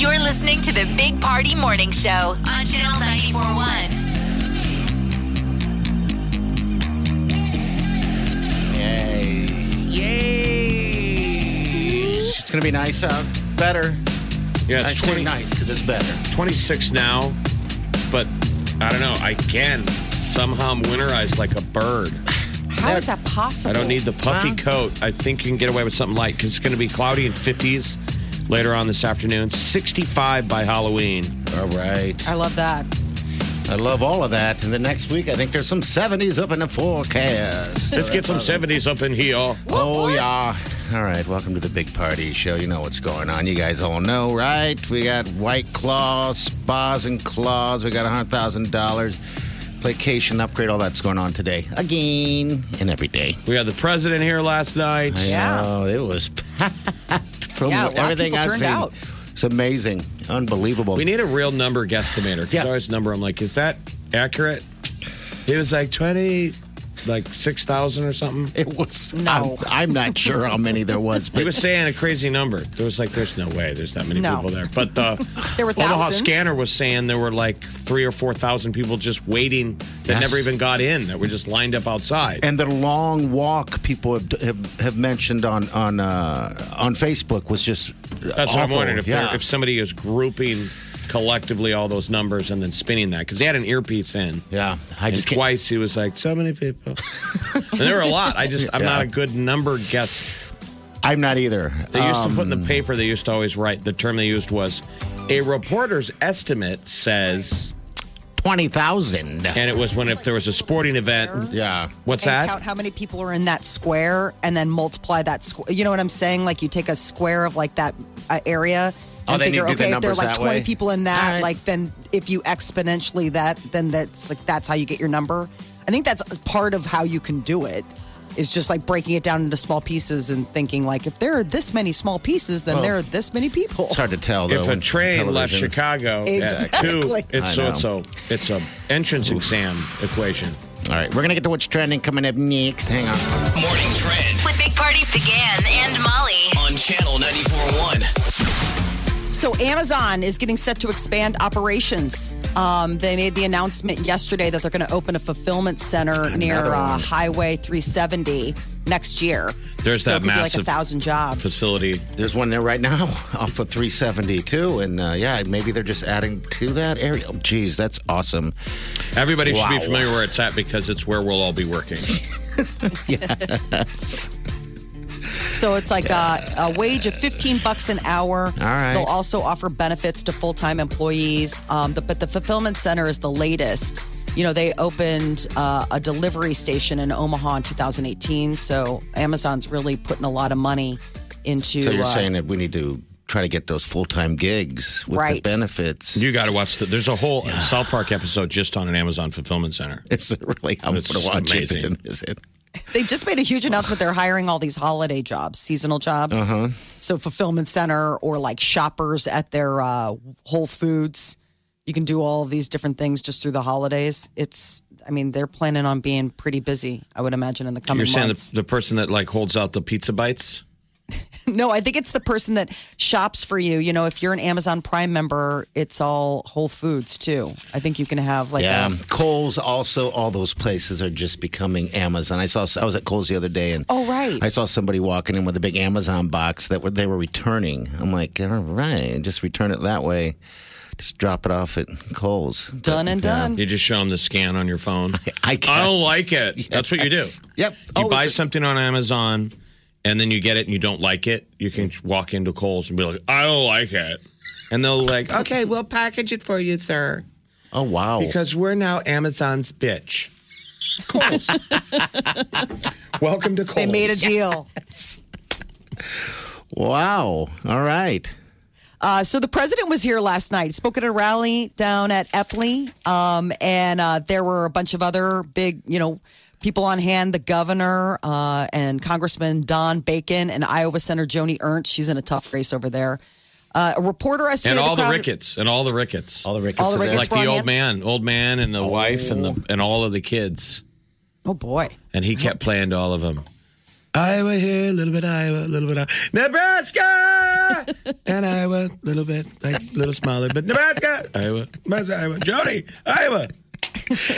You're listening to the Big Party Morning Show on Channel 941. Yes. Yes. It's gonna be nice out. Better. Yeah, I it's say 20, nice because it's better. 26 now, but I don't know. I can somehow I'm winterized like a bird. How is that possible? I don't need the puffy coat. I think you can get away with something light because it's going to be cloudy in 50s later on this afternoon, 65 by Halloween. All right. I love that. I love all of that. And the next week, I think there's some 70s up in the forecast. Let's get some 70s up in here. Oh, yeah. All right, welcome to the Big Party Show. You know what's going on. You guys all know, right? We got White Claw, Spas and Claws. We got $100,000. Placation upgrade, all that's going on today. Again and every day. We had the president here last night. Yeah. Oh, it was packed from Yeah, a lot of everything people turned I've seen. out. It's amazing. Unbelievable. We need a real number guesstimator because Yeah. I always number. I'm like, is that accurate? It was like 20, like 6,000 or something. it was No. I'm, I'm not sure how many there was, He but was saying a crazy number. There was like, there's no way there's that many No. people there. But the There were Omaha thousands. scanner was saying there were like three or four thousand people just waiting Yes. that never even got in, that were just lined up outside. and the long walk people have have, have mentioned on on uh, on Facebook was just That's what I'm awful. wondering if, they're- yeah. if somebody is grouping collectively all those numbers and then spinning that because they had an earpiece in. yeah, I And just can't- twice he was like, so many people. and there were a lot. I just, I'm Yeah. not a good number guess. I'm not either. Uh, They used to put in Um. the paper, they used to always write, the term they used was, a reporter's estimate says, Twenty thousand. and it was when if there was a sporting event, Yeah, What's and that? count how many people are in that square and then multiply that square. You know what I'm saying? Like you take a square of like that uh, area Oh, and then you figure, okay, do the if there are numbers like that 20 way. people in that, All right. like then if you exponentially that, then that's like that's how you get your number. I think that's part of how you can do it. Is just like breaking it down into small pieces and thinking like if there are this many small pieces, then Well, there are this many people. it's hard to tell. Though, if a on train left television. Chicago Exactly. at two, it's so I it's a it's a entrance exam equation. All right, we're gonna get to what's trending coming up next. Hang on. Morning Trend With Big Party began and Molly. on Channel 94.1. So Amazon is getting set to expand operations. Um, they made the announcement yesterday that they're going to open a fulfillment center near Another uh, one. Highway 370 next year. There's So it could that be like a massive thousand jobs. facility. There's one there right now off of 372, and uh, yeah, maybe they're just adding to that area. Oh, geez, that's awesome. Everybody should Wow. be familiar where it's at because it's where we'll all be working. So it's like uh, a, a wage of 15 bucks an hour. All right. They'll also offer benefits to full time employees. Um, the, but the fulfillment center is the latest. You know, they opened uh, a delivery station in Omaha in 2018. So Amazon's really putting a lot of money into. So you're uh, saying that we need to try to get those full time gigs with Right. the benefits? You got to watch the. There's a whole South Park episode just on an Amazon fulfillment center. is it really? I'm going It's to watch amazing. it. Then, is it? they just made a huge announcement. They're hiring all these holiday jobs, seasonal jobs. So fulfillment center or like shoppers at their uh, Whole Foods. You can do all of these different things just through the holidays. It's, I mean, they're planning on being pretty busy. I would imagine in the coming You're saying months. the, the person that like holds out the pizza bites. no, I think it's the person that shops for you. You know, if you're an Amazon Prime member, it's all Whole Foods too. I think you can have like Yeah. a Kohl's also, all those places are just becoming Amazon. I saw, I was at Kohl's the other day and Oh, right. I saw somebody walking in with a big Amazon box that were, they were returning. I'm like, all right, just return it that way. Just drop it off at Kohl's. uh, done and done. You just show them the scan on your phone. I guess. I don't like it. That's what you do. Yep. You Oh, buy is it- something on Amazon and then you get it and you don't like it, you can walk into Kohl's and be like, I don't like it. And they'll like, okay, we'll package it for you, sir. Oh, wow. Because we're now Amazon's bitch. Kohl's. Welcome to Kohl's. They made a deal. Wow. All right. Uh, so the president was here last night. He spoke at a rally down at Epley, um, and uh, there were a bunch of other big, you know, people on hand. The governor uh, and Congressman Don Bacon and Iowa Senator Joni Ernst. She's in a tough race over there. Uh, a reporter and estimated all the crowd- Ricketts, and all the Ricketts, All the Oh. Ricketts. All the are there. Ricketts. like the wrong, old yeah. man, old man, and the wife, and the and all of the kids, Oh boy, and he kept playing to all of them. Iowa here, a little bit Iowa, a little bit Iowa. Nebraska and Iowa, a little bit, like a little smaller, but Nebraska, Iowa, Nebraska, Iowa, Jody, Iowa.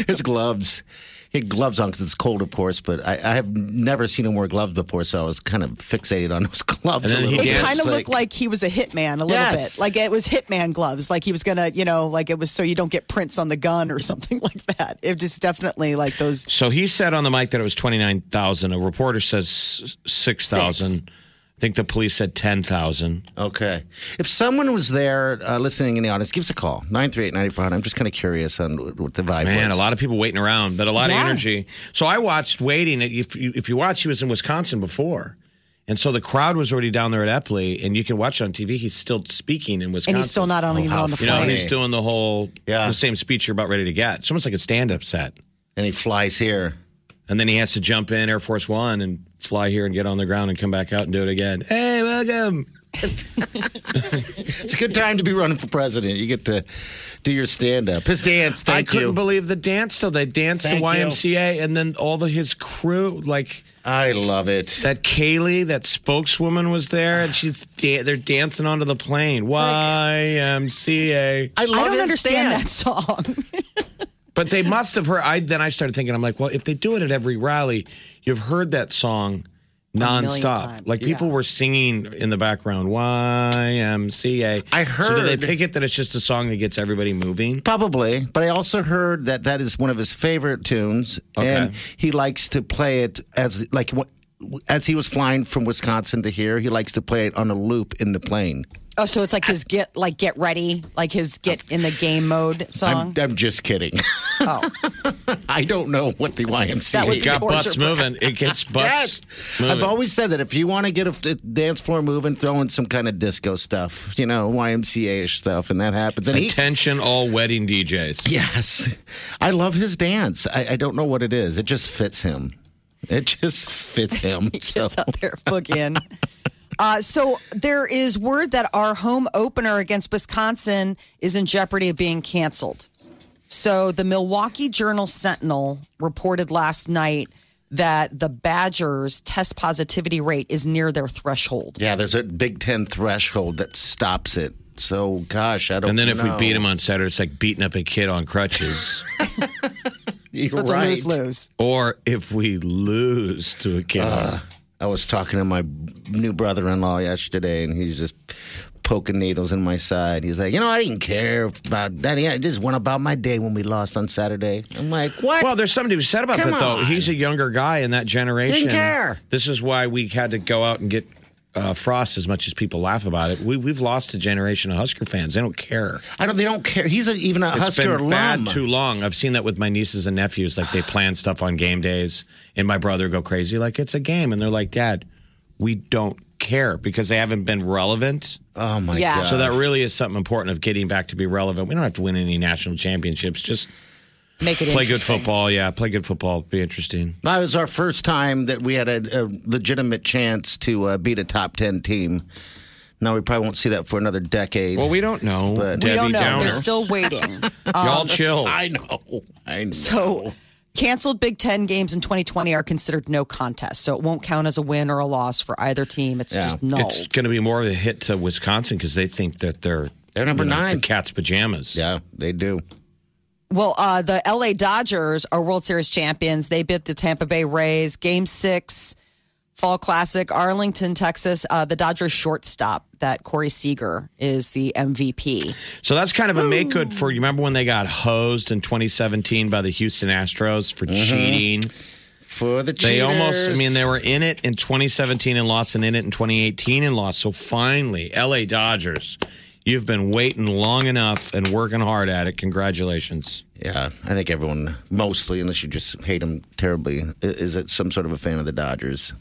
His gloves. He had gloves on because it's cold, of course, but I, I have never seen him wear gloves before, so I was kind of fixated on those gloves. And then a he little it Yeah, bit. danced kind of It's looked like he was a hitman a little Yes. bit, like it was hitman gloves, like he was gonna, you know, like it was so you don't get prints on the gun or something like that. It just definitely like those So he said on the mic that it was twenty nine thousand. A reporter says six thousand. I think the police said ten thousand. Okay. If someone was there uh, listening in the audience, give us a call 938 9400. I'm just kind of curious on what the vibe Man, was. a lot of people waiting around, but a lot Yeah. of energy. So I watched waiting. If you, if you watch, he was in Wisconsin before. And so the crowd was already down there at Epley, and you can watch it on TV. He's still speaking in and Wisconsin. he's still not on, even how on the Oh, You know, plane. funny. he's doing the whole Yeah. the same speech you're about ready to get. It's almost like a stand up set. And he flies here. And then he has to jump in Air Force One and fly here and get on the ground and come back out and do it again. Hey, welcome. It's a good time to be running for president. You get to do your stand up. His dance, I thank couldn't you. believe the dance though. They danced Thank to you. YMCA and then all the his crew like I love it. that Kaylee, that spokeswoman was there, and she's da- they're dancing onto the plane. YMCA. I love I don't his understand dance. that song. But they must have heard. I then I started thinking. I'm like, well, if they do it at every rally, you've heard that song million nonstop. times, Like people yeah. were singing in the background. YMCA. I So did they heard- pick it that it's just a song that gets everybody moving? Probably, but I also heard that that is one of his favorite tunes, Okay. and he likes to play it as like what. As he was flying from Wisconsin to here, he likes to play it on a loop in the plane. Oh, so it's like his get like get ready, like his get in the game mode I'm, song. I'm just kidding. oh, I don't know what the YMCA. That would It be got Torture butts moving. It gets butts. Yes, moving. I've always said that if you want to get a f- dance floor moving, throw in some kind of disco stuff, you know, YMCA ish stuff, and that happens. And he, attention all wedding DJs. yes, I love his dance. I, I don't know what it is; it just fits him. It just fits him. so. it's out there boogieing. Uh, so there is word that our home opener against Wisconsin is in jeopardy of being canceled. So the Milwaukee Journal Sentinel reported last night that the Badgers' test positivity rate is near their threshold. Yeah, there's a Big Ten threshold that stops it. So, gosh, I don't. And then if know. we beat him on Saturday, it's like beating up a kid on crutches. You're So it's right. a lose lose. or if we lose to a kid, I was talking to my new brother-in-law yesterday, and he's just poking needles in my side. He's like, you know, I didn't care about that. I just went about my day when we lost on Saturday. I'm like, what? Well, there's something to be said about Come that, though. on. He's a younger guy in that generation. Didn't care. This is why we had to go out and get uh, Frost as much as people laugh about it. We, we've lost a generation of Husker fans. They don't care. I don't. They don't care. He's a, even a It's Husker been alum. bad too long. I've seen that with my nieces and nephews. Like, they plan stuff on game days, and my brother go crazy, like, it's a game. And they're like, Dad, we don't care because they haven't been relevant. oh my Yeah. god. So that really is something important of getting back to be relevant. We don't have to win any national championships. Just Make it play good interesting. football. Yeah, play good football. Be interesting. That was our first time that we had a, a legitimate chance to uh, beat a top ten team. Now we probably won't see that for another decade. Well, we don't know. But- We Debbie don't know. Downer. They're still um, waiting. Uh, Y'all chill. I know. I know. So, canceled Big Ten games in 2020 are considered no contest. So, it won't count as a win or a loss for either team. It's Yeah. just null. It's going to be more of a hit to Wisconsin because they think that they're They're number you know, nine. the cat's pajamas. yeah, they do. well, uh, the LA Dodgers are World Series champions. They bit the Tampa Bay Rays. Game six, Fall Classic, Arlington, Texas. Uh, the Dodgers shortstop, that Corey Seager, is the MVP. So that's kind of a make good for you. Remember when they got hosed in 2017 by the Houston Astros for Mm-hmm. cheating? For the cheaters. They almost, I mean, they were in it in 2017 and lost, and in it in 2018 and lost. So finally, LA Dodgers, you've been waiting long enough and working hard at it. Congratulations. Yeah, I think everyone mostly, unless you just hate them terribly, i- is it some sort of a fan of the Dodgers.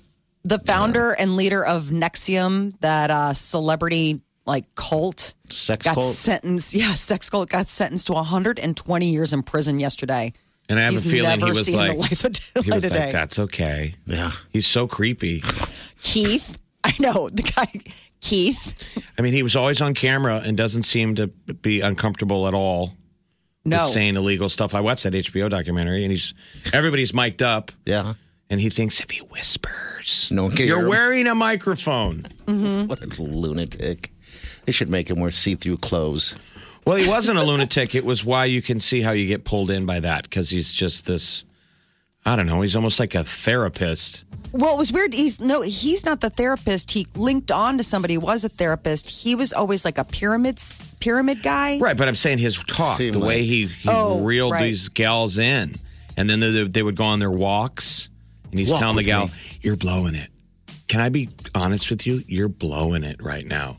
the founder and leader of Nexium, that uh, celebrity like cult, Sex got cult? sentenced. Yeah, sex cult got sentenced to 120 years in prison yesterday. And I have He's a feeling never he was seen like, the life of he light was of like, day. that's okay. Yeah. He's so creepy. Keith, I know the guy. Keith, I mean, he was always on camera and doesn't seem to be uncomfortable at all no, with saying illegal stuff. I watched that HBO documentary, and he's everybody's mic'd up, Yeah. and he thinks if he whispers, No one can hear you're him. wearing a microphone. What a lunatic. They should make him wear see through clothes. Well, he wasn't a lunatic. It was why you can see how you get pulled in by that because he's just this. I don't know. He's almost like a therapist. Well, it was weird. He's no, he's not the therapist. He linked on to somebody who was a therapist. He was always like a pyramid pyramid guy. Right, but I'm saying his talk, Seemed the way like- he, he Oh, reeled right. these gals in, and then they, they would go on their walks, and he's Walk telling the with gal, me. "You're blowing it." Can I be honest with you? You're blowing it right now.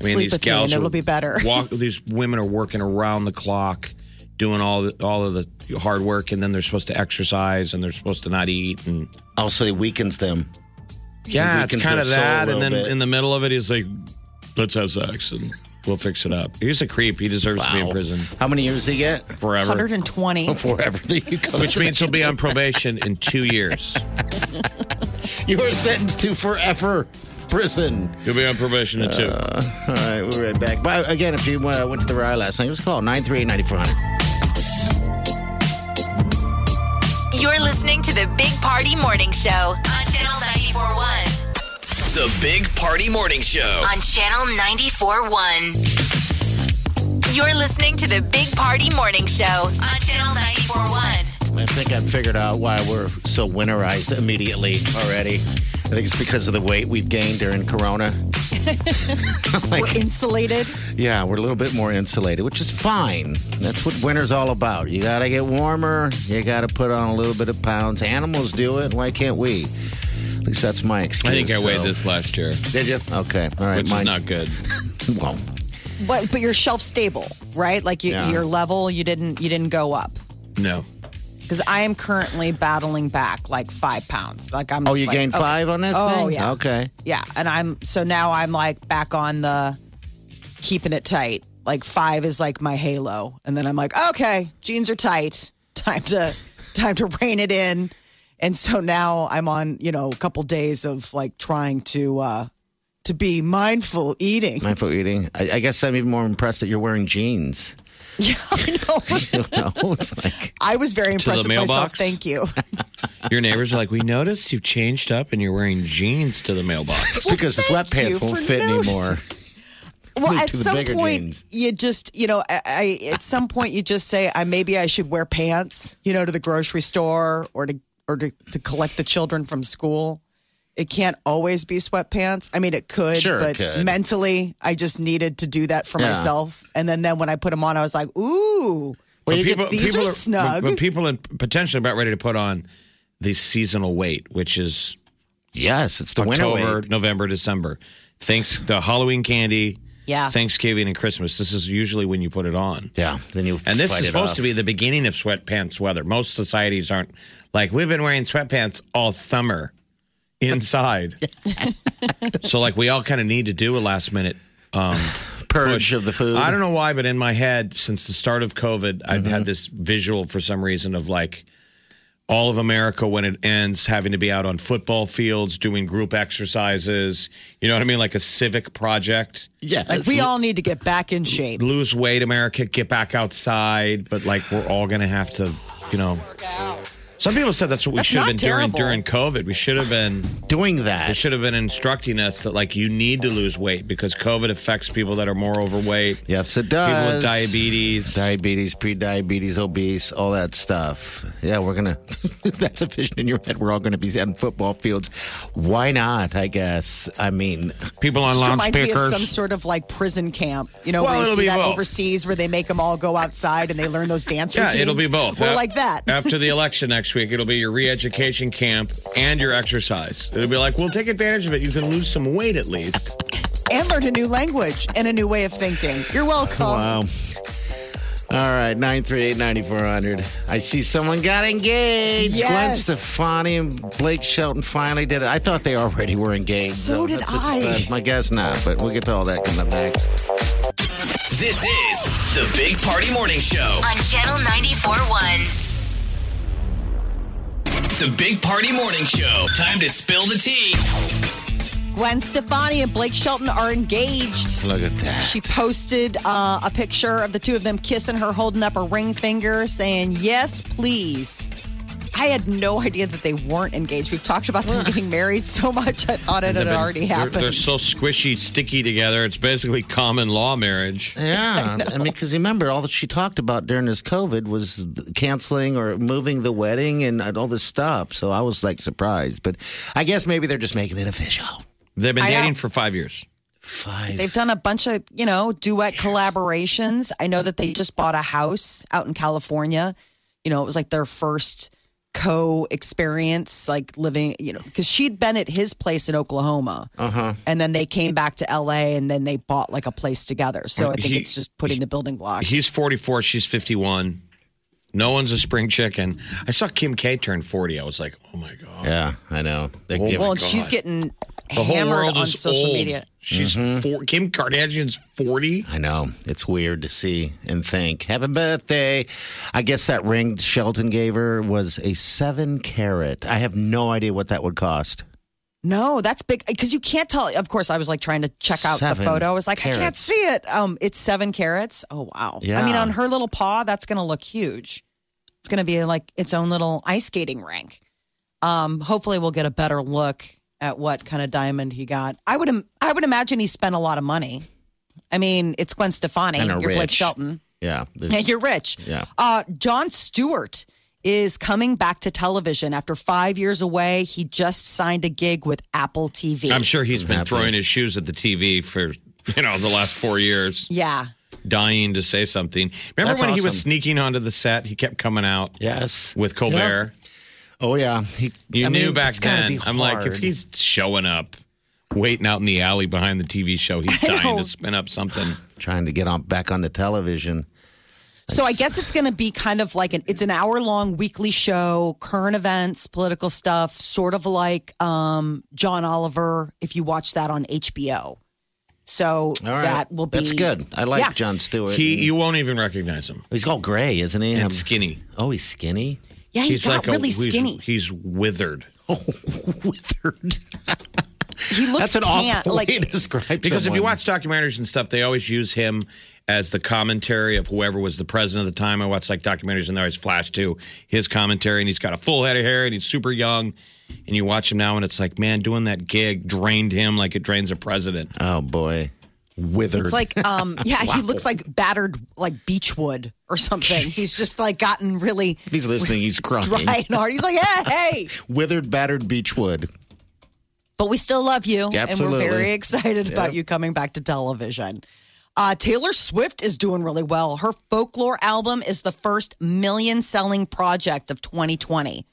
I mean, Sleep these with me gals and it'll were- be better. walk, these women are working around the clock, doing all the, all of the hard work, and then they're supposed to exercise, and they're supposed to not eat, and Also, it weakens them. yeah, it's weakens kind of their soul a that. And then little bit. in the middle of it, he's like, "Let's have sex and we'll fix it up." He's a creep. He deserves to be in Ow. prison How many years did he get? forever. 120. Forever. There you go. Which means he'll be on probation in two years. you were sentenced to forever prison. He'll be on probation in two. All right, we're right back. But again, if you uh, went to the ride last night, it was called 938 9400. You're listening to the Big Party Morning Show on Channel 941. The Big Party Morning Show. On Channel 941. You're listening to the Big Party Morning Show on Channel 941. I think I've figured out why we're so winterized immediately already. I think it's because of the weight we've gained during Corona. We're insulated. Yeah, we're a little bit more insulated, which is fine. That's what winter's all about. You got to get warmer. You got to put on a little bit of pounds. Animals do it. Why can't we? At least that's my I excuse. think I weighed so- this last year, which Did you? Okay. All right. is mine. not good. Well, But but you're shelf stable, right? Like you, Yeah. your level, you didn't you didn't go up. No. Because I am currently battling back like five pounds. Like I'm. oh, just you like, gained okay. five on this Oh, thing? yeah. Okay. Yeah, and I'm so now I'm like back on the keeping it tight. Like five is like my halo, and then I'm like, okay, jeans are tight. Time to time to rein it in. And so now I'm on you know a couple days of like trying to uh to be mindful eating. Mindful eating. I, I guess I'm even more impressed that you're wearing jeans. Yeah, I know. You know, it's like, I was very To the impressed with myself. mailbox? Thank you. Your neighbors are like, we noticed you've changed up and you're wearing jeans to the mailbox. it's because the thank you sweatpants won't for fit anymore. Well, Move at to the some bigger point, jeans. you just you know, I, I at some point you just say, I maybe I should wear pants, you know, to the grocery store or to or to, to collect the children from school. It can't always be sweatpants. I mean, it could, Sure it but could. mentally, I just needed to do that for Yeah. myself. And then, then when I put them on, I was like, ooh, Well, you people, get- these are snug. When, when people are potentially about ready to put on the seasonal weight, which is yes, it's the winter. October, weight. November, December. Thanks the Halloween candy, yeah. Thanksgiving, and Christmas. This is usually when you put it on. Yeah. Then you And this fight is it supposed off. to be the beginning of sweatpants weather. Most societies aren't like we've been wearing sweatpants all summer inside. so like we all kind of need to do a last minute um purge push of the food. I don't know why, but in my head since the start of COVID, I've Mm-hmm. had this visual for some reason of like all of America when it ends having to be out on football fields doing group exercises. You know what I mean? Like a civic project Yes. Like we all need to get back in shape. lose weight, America, get back outside, but like we're all gonna have to, you know. Some people said that's what we That's should have been not during during COVID. We should have been doing they that. should have been instructing us that like you need to lose weight because COVID affects people that are more overweight, Yes, it people does. with diabetes. diabetes, pre-diabetes, obese, all that stuff. Yeah, we're gonna. that's a vision in your head. We're all gonna be on football fields. Why not? I guess. I mean, people on Just lounge reminds me of speakers. some sort of like prison camp, you know, Well, where you it'll see be that both. overseas where they make them all go outside and they learn those dance yeah, routines. it'll be both. We're Ap- like that. After the election next week, it'll be your re-education camp and your exercise. It'll be like, well, take advantage of it. You can lose some weight at least. and learn a new language and a new way of thinking. You're welcome. wow. All right, 938-9400. I see someone got engaged. Yes. Gwen Stefani and Blake Shelton finally did it. I thought they already were engaged. So did that's- I. that's- I guess not, but we'll get to all that coming up next. This is the Big Party Morning Show. on Channel 94.1. The Big Party Morning Show. Time to spill the tea. Gwen Stefani and Blake Shelton are engaged. Look at that. She posted uh, a picture of the two of them kissing her, holding up a ring finger, saying, Yes, please. I had no idea that they weren't engaged. We've talked about them getting married so much, I thought it had They've been- already they're- happened. They're, so squishy, sticky together. It's basically common law marriage. yeah, I, mean, because remember, all that she talked about during this COVID was th- canceling or moving the wedding and all this stuff. So I was like surprised, but I guess maybe they're just making it official. They've been I know. dating for five years. Five. They've done a bunch of, you know, duet collaborations. I know that they just bought a house out in California. You know, it was like their first co experience, like living, you know, because she'd been at his place in Oklahoma. Uh-huh. And then they came back to LA and then they bought like a place together. So I think He- it's just putting the building blocks. He's 44, she's 51. No one's a spring chicken. I saw Kim K turn 40. I was like, oh my God. yeah, I know. They're Oh, giving well, my and she's God. getting The whole hammered world on is social old. media. She's Mm-hmm. four, Kim Kardashian's 40. I know. It's weird to see and think. Happy birthday. I guess that ring Shelton gave her was a seven carat. I have no idea what that would cost. No, that's big because you can't tell. Of course, I was like trying to check out Seven the photo. I was like, I can't carats. see it. Um, it's seven carats. Oh wow. I mean, Yeah. on her little paw, that's going to look huge. It's going to be like its own little ice skating rink. Um, hopefully, we'll get a better look at what kind of diamond he got. I would, im- I would imagine he spent a lot of money. I mean, it's Gwen Stefani. And You're are Blake rich. Shelton. Yeah. there's- Yeah, you're rich. Yeah. Uh, John Stewart is coming back to television after five years away. He just signed a gig with Apple TV. I'm sure he's been Happy. throwing his shoes at the TV for, you know, the last four years, yeah. dying to say something. Remember That's when he was awesome. sneaking onto the set? He kept coming out Yes. with Colbert. Oh, yeah. He, You I knew mean, back it's gotta then. be I'm like, if hard. he's showing up, waiting out in the alley behind the TV show, he's dying know. to spin up something. trying to get on back on the television. So I guess it's going to be kind of like an it's an hour long weekly show, current events, political stuff, sort of like um, John Oliver if you watch that on HBO. So All right. that will be That's good. I like Yeah. John Stewart. He, you won't even recognize him. he's all gray, isn't he? And I'm- skinny. oh, he's skinny? Yeah, he he's got like a- really he's- skinny. He's, withered Oh, Withered. He looks That's an tan, awful like way to describe because if you someone. watch documentaries and stuff, they always use him as the commentary of whoever was the president at the time. I watched like documentaries and they always flash to his commentary, and he's got a full head of hair and he's super young. And you watch him now, and it's like, man, doing that gig drained him like it drains a president. Oh, boy. Withered. It's like, um, yeah, he looks like battered, like beechwood or something. He's just like gotten really If he's listening, he's crying. dry and hard. He's like, hey, hey, Withered, battered beechwood. but we still love you, and Absolutely. we're very excited about Yep. you coming back to television. Uh, Taylor Swift is doing really well. Her folklore album is the first million selling project of 2020.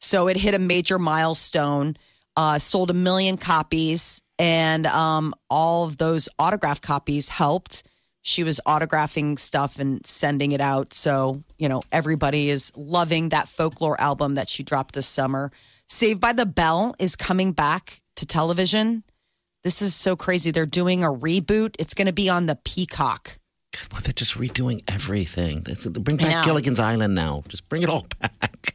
So it hit a major milestone, uh, sold a million copies, and um, all of those autograph copies helped. She was autographing stuff and sending it out. So, you know, everybody is loving that folklore album that she dropped this summer. Saved by the Bell is coming back to television. This is so crazy. They're doing a reboot, it's going to be on the Peacock. Well, they're just redoing everything. They- they Bring I back know. Gilligan's Island now. Just bring it all back.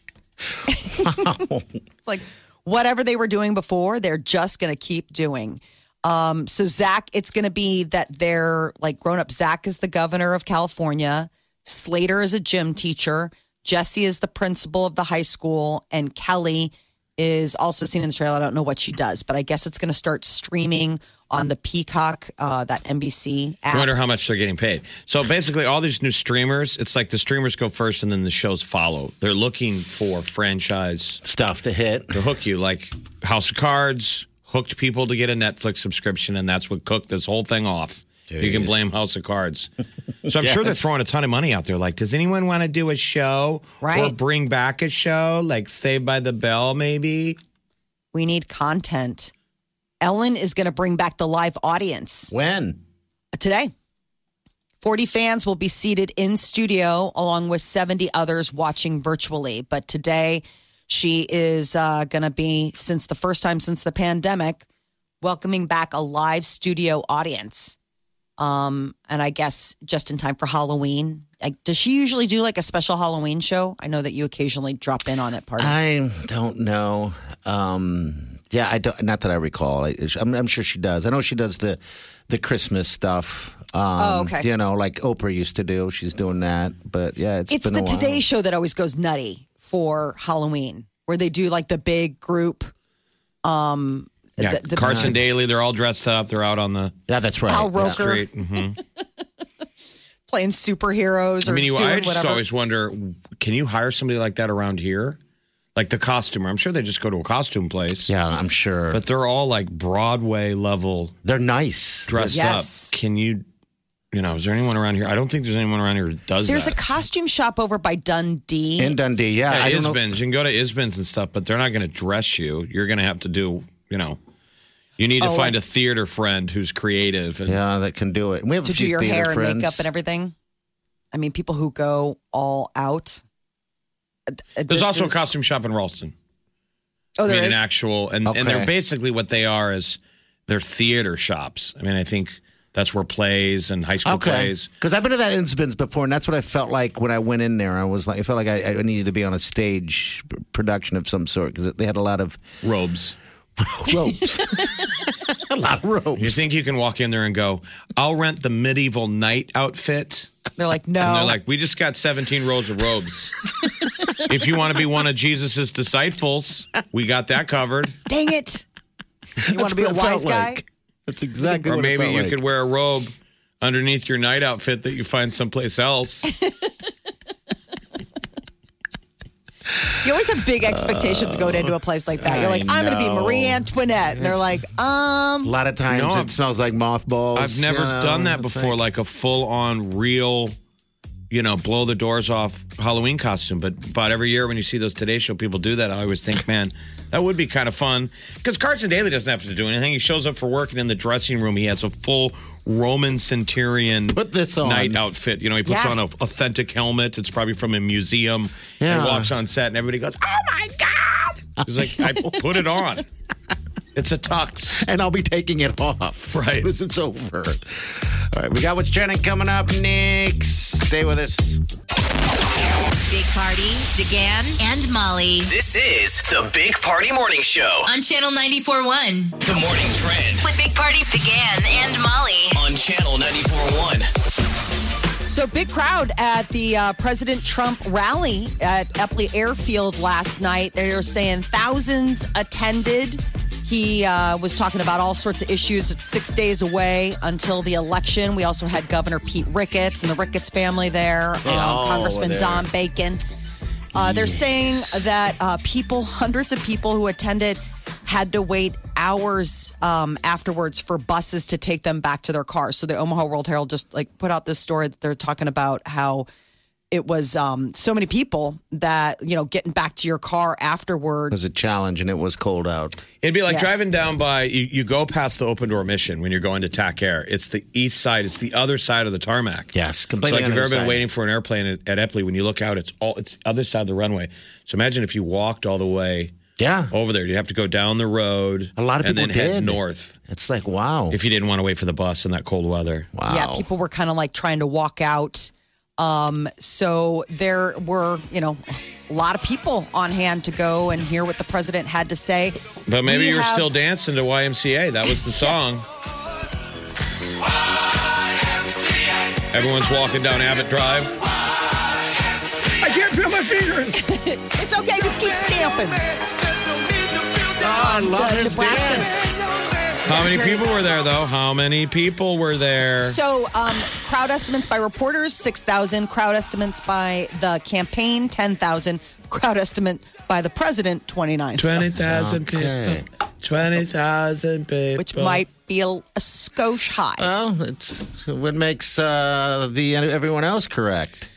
It's like whatever they were doing before, they're just going to keep doing. Um, so Zach, it's going to be that they're like grown up. Zach is the governor of California. Slater is a gym teacher. Jesse is the principal of the high school, and Kelly is also seen in the trailer. I don't know what she does, but I guess it's going to start streaming on the Peacock, uh, that NBC I Ah. wonder app. how much they're getting paid. So basically, all these new streamers, it's like the streamers go first and then the shows follow. They're looking for franchise Stuff to hit. to hook you, like House of Cards hooked people to get a Netflix subscription, and that's what cooked this whole thing off. You can Jeez. blame House of Cards. So I'm sure they're throwing a ton of money out there. Like, does anyone want to do a show or Right. bring back a show, like Saved by the Bell, maybe? We need content. Ellen is going to bring back the live audience When? today. 40 fans will be seated in studio along with 70 others watching virtually. But today, she is uh, going to be, since the first time since the pandemic, welcoming back a live studio audience. Um, and I guess just in time for Halloween. Like, does she usually do like a special Halloween show? I know that you occasionally drop in on it, part. I don't know. Um, yeah, I don't. Not that I recall. I, I'm, I'm sure she does. I know she does the the Christmas stuff. Um, Oh, okay. You know, like Oprah used to do. She's doing that. But yeah, It's been the a while. Today Show that always goes nutty for Halloween, where they do like the big group. Um, Yeah, the- the- Carson Daly, they're all dressed up. They're out on the Yeah, that's right. Al Yeah. Roker street. hmm playing superheroes. Or I mean, you, doing I just whatever. always wonder can you hire somebody like that around here? Like the costumer. I'm sure they just go to a costume place. Yeah, I'm sure. But they're all like Broadway level they're nice. dressed Yes. up. Can you, you know, is there anyone around here? I don't think there's anyone around here who does There's a that. costume shop over by Dundee. In Dundee, yeah. yeah, I don't know. Isbins. You can go to Isbins and stuff, but they're not going to dress you. You're going to have to do, you know, you need to Oh, find a theater friend who's creative. And, Yeah, that can do it. We have to a do few your theater hair friends. and makeup and everything. I mean, people who go all out. Uh, There's this also is- a costume shop in Ralston. Oh, I there mean, is. an actual, and, Okay. and they're basically what they are is they're theater shops. I mean, I think that's where plays and high school Okay, plays. because I've been to that Inspins before, and that's what I felt like when I went in there. I was like, I felt like I, I needed to be on a stage p- production of some sort because they had a lot of Robes. ropes, a lot of ropes. You think you can walk in there and go, I'll rent the medieval knight outfit? They're like, no. And they're like, we just got 17 rows of robes. if you want to be one of Jesus's disciples, we got that covered. dang it. You want to be a That's what it wise felt guy? like. That's exactly. Or what maybe it felt you like. could wear a robe underneath your night outfit that you find someplace else. You always have big expectations going into Oh. a place like that. You're like, I'm going to be know. Marie Antoinette. And they're like, A um, lot of times No, it I've- smells like mothballs. I've never you know, done that uh, it's before, like- like a full on real, you know, blow the doors off Halloween costume. But about every year when you see those Today Show people do that, I always think, man, that would be kind of fun. Because Carson Daly doesn't have to do anything. He shows up for work and in the dressing room, he has a full Roman centurion Put this on. night outfit. You know, he puts Yeah. on an authentic helmet. It's probably from a museum. Yeah. And walks on set and everybody goes, oh my God. He's like, I put it on. It's a tux. and I'll be taking it off Right. as soon as it's over. All right, we got what's trending coming up next. Stay with us. Big Party, DeGan, and Molly This is the Big Party Morning Show. on Channel 94.1 The morning trend with Big Party, DeGan, and Molly. on Channel 94.1. so big crowd at the uh, President Trump rally at Epley Airfield last night. They were saying thousands attended. He uh, was talking about all sorts of issues. It's six days away until the election. We also had Governor Pete Ricketts and the Ricketts family there, um, all were Congressman there. Don Bacon. Uh, they're saying that uh, people, hundreds of people who attended, had to wait hours um, afterwards for buses to take them back to their cars. So the Omaha World Herald just like put out this story that they're talking about how it was um, so many people that you know getting back to your car It afterwards. was a challenge, and it was cold out. It'd be like Yes. driving down by, you, you go past the open door mission when you're going to TAC Air. It's the east side, it's the other side of the tarmac. Yes, So completely. like if you've ever been underside. waiting for an airplane at, at Epley, when you look out, it's all it's other side of the runway. So imagine if you walked all the way Yeah, over there. You'd have to go down the road. A lot of and people then head did. north it's like wow, if you didn't want to wait for the bus in that cold weather. wow. Yeah, people were kind of like trying to walk out. Um, so there were you know a lot of people on hand to go and hear what the president had to say. But maybe We you were have- still dancing to YMCA. That was the song. Everyone's walking down Abbott Drive. I can't feel my fingers. It's okay, just keep stamping. Ah, I love The his Nebraska- dance. How many people were there, though? How many people were there? So, um, crowd estimates by reporters, 6,000. Crowd estimates by the campaign, 10,000. Crowd estimate by the president, 29. 20,000 Okay. people. 20,000 people. Which might feel a skosh high. Uh, Well, it's what makes uh, the everyone else correct.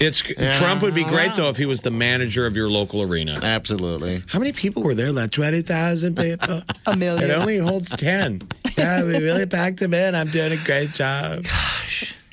It's Trump would be great though if he was the manager of your local arena. Absolutely. How many people were there? Like 20,000 people. a It million. only holds 10. Yeah, we really packed them in. I'm doing a great job.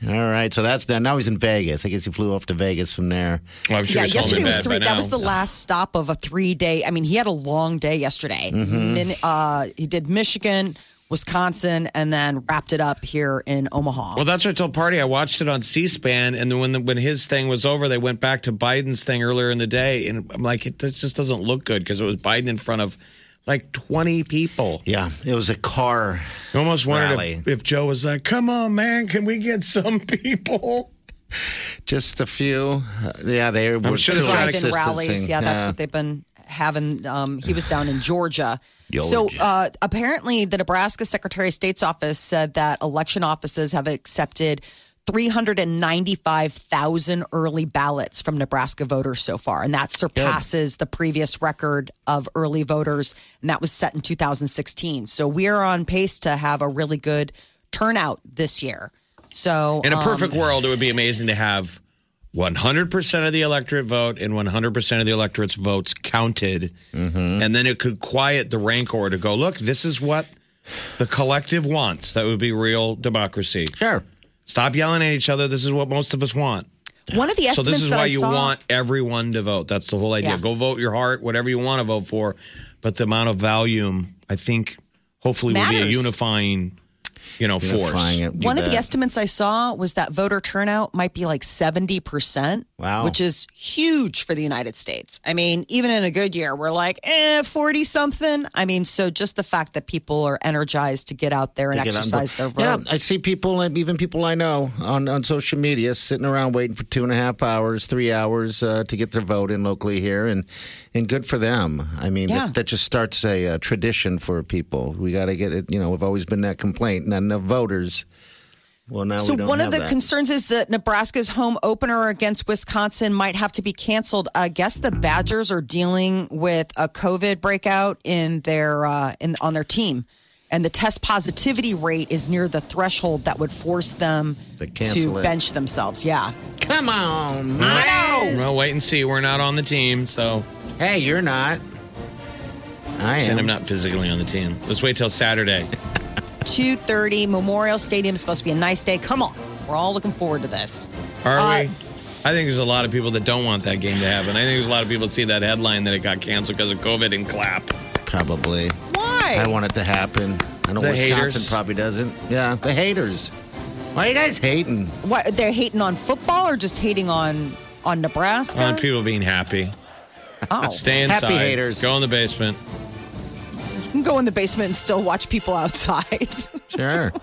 All right, so that's done. Now he's in Vegas. I guess he flew off to Vegas from there. Well, I'm sure Yeah, he's yesterday home in was bed three. by That was now. the last stop of a three day. I mean, he had a long day yesterday. Mm-hmm. Min, uh, he did Michigan, Wisconsin, and then wrapped it up here in Omaha. Well, that's what I told Party. I watched it on C-SPAN, and then when the, when his thing was over, they went back to Biden's thing earlier in the day, and I'm like, it this just doesn't look good because it was Biden in front of like 20 people. Yeah, it was a car. I almost wondered Rally. if, if Joe was like, "Come on, man, can we get some people?" Just a few. Uh, yeah, they were sure still there's drive-in Social rallies. distancing. Yeah, that's what they've been having. Um, he was down in Georgia. So Georgia. uh, apparently, the Nebraska Secretary of State's office said that election offices have accepted 395,000 early ballots from Nebraska voters so far, and that surpasses the previous record of early voters, and that was set in 2016. So we are on pace to have a really good turnout this year. So In a um, perfect world, it would be amazing to have 100% of the electorate vote and 100% of the electorate's votes counted. And then it could quiet the rancor to go, look, this is what the collective wants. That would be real democracy. Sure. Stop yelling at each other. This is what most of us want. one of the so, estimates this is that why I you saw, want everyone to vote. That's the whole idea. Yeah. Go vote your heart, whatever you want to vote for. But the amount of volume, I think, hopefully, will be a Matters. unifying, you know, force. Unifying it, you One of the bet. estimates I saw was that voter turnout might be like 70%, Wow. which is huge for the United States. I mean, even in a good year, we're like, eh, 40 something. I mean, so just the fact that people are energized to get out there and Get on exercise their board. votes. Yeah, I see people, and even people I know on, on social media, sitting around waiting for two and a half hours, three hours uh, to get their vote in locally here, and and good for them. I mean, Yeah. that, that just starts a, uh tradition for people. We got to get it. You know, we've always been that complaint, not enough voters. Well, now So we don't one of have the that. concerns is that Nebraska's home opener against Wisconsin might have to be canceled. I guess the Badgers are dealing with a COVID breakout in their uh, in on their team, and the test positivity rate is near the threshold that would force them To to cancel it. bench themselves. Yeah, Come on, Mario. Well, wait and see. We're not on the team, so. Hey, you're not. I And I'm am. not physically on the team. Let's wait till Saturday. two thirty Memorial Stadium is supposed to be a nice day. Come on, we're all looking forward to this. Are Uh, we? I think there's a lot of people that don't want that game to happen. I think there's a lot of people that see that headline that it got canceled because of COVID and clap. Probably. Why? I want it to happen. I know The Wisconsin haters. probably doesn't. Yeah, the haters. Why are you guys hating? Why they're hating on football or just hating on on Nebraska? On people being happy. oh. Stay inside. Happy haters. Go in the basement. You can go in the basement and still watch people outside. Sure.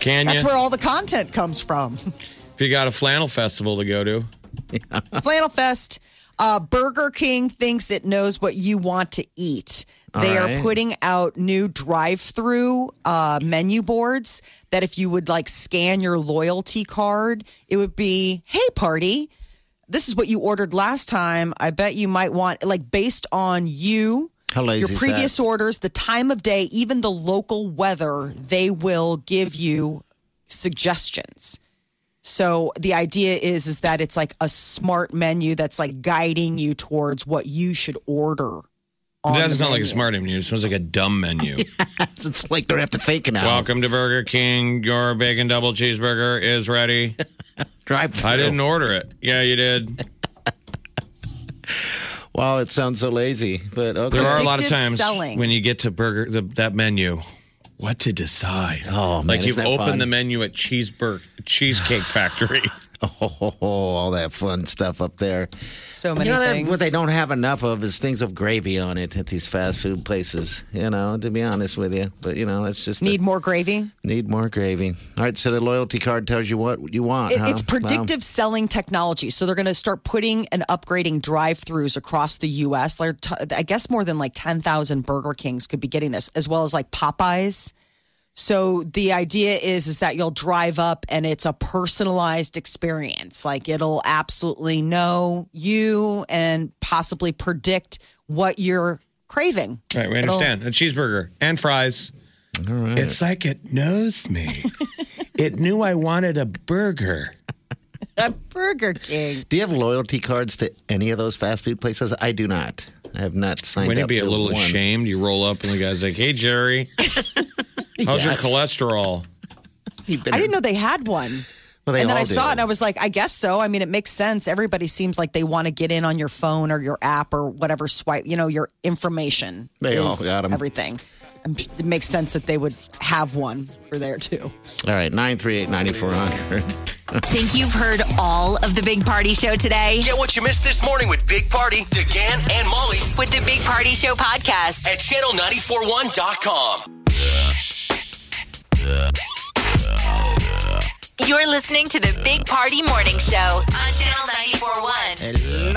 Can That's you? where all the content comes from. if you got a flannel festival to go to. Flannel Fest. Uh, Burger King thinks it knows what you want to eat. They All are right. putting out new drive-through uh, menu boards that if you would like scan your loyalty card, it would be, "Hey, party, this is what you ordered last time. I bet you might want like based on you." How lazy your is previous that? orders, the time of day, even the local weather, they will give you suggestions. So the idea is is that it's like a smart menu that's like guiding you towards what you should order. On That the doesn't sound like menu. a smart menu. It sounds like a dumb menu. It's like they're after thinking now. Welcome to Burger King. Your bacon double cheeseburger is ready. Drive through. I didn't order it. Yeah, you did. Wow, it sounds so lazy, but okay. There are a lot of Addictive times selling. when you get to burger the, that menu, what to decide. oh, man, like you've isn't that opened fun? the menu at Cheeseburg Cheesecake Factory. Oh, ho, ho, all that fun stuff up there. So many you know that- things. what they don't have enough of is things with gravy on it at these fast food places. You know, to be honest with you, but you know, that's just Need more gravy? need more gravy. All right, so the loyalty card tells you what you want. It- huh? It's Wow. predictive selling technology. So they're going to start putting and upgrading drive-throughs across the U.S. There are t- I guess more than like ten thousand Burger Kings could be getting this, as well as like Popeyes. So the idea is is that you'll drive up and it's a personalized experience. Like it'll absolutely know you and possibly predict what you're craving. right, we It'll- understand. A cheeseburger and fries. It's like it knows me. it knew I wanted a burger. A Burger King. Do you have loyalty cards to any of those fast food places? I do not. I have not signed Wouldn't you up be a to little one. ashamed? You roll up and the guy's like, Hey Jerry, how's your Yes. cholesterol? You've been I didn't in- know they had one. Well, they and then all I saw do. it and I was like, I guess so. I mean, it makes sense. Everybody seems like they want to get in on your phone or your app or whatever swipe, you know, your information. They all is got 'em. Everything. And it makes sense that they would have one for there too. All right, 938 9400. Think you've heard all of the Big Party Show today? Get what you missed this morning with Big Party, DeGan, and Molly With the Big Party Show podcast. at channel941.com. You're listening to the Big Party Morning Show on Channel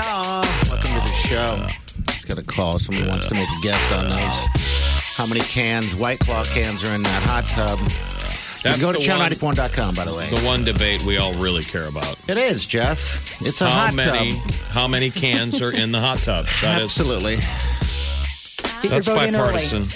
941. Hello. Welcome to the show. Just got a call. Someone wants to make a guess on those. How many cans, White Claw cans, are in that hot tub? That's you can go to the one- channel94.com, by the way. The one debate we all really care about. It is, Jeff. It's a How hot many tub. how many cans are in the hot tub? That is Absolutely. Get that's your vote in bipartisan. early.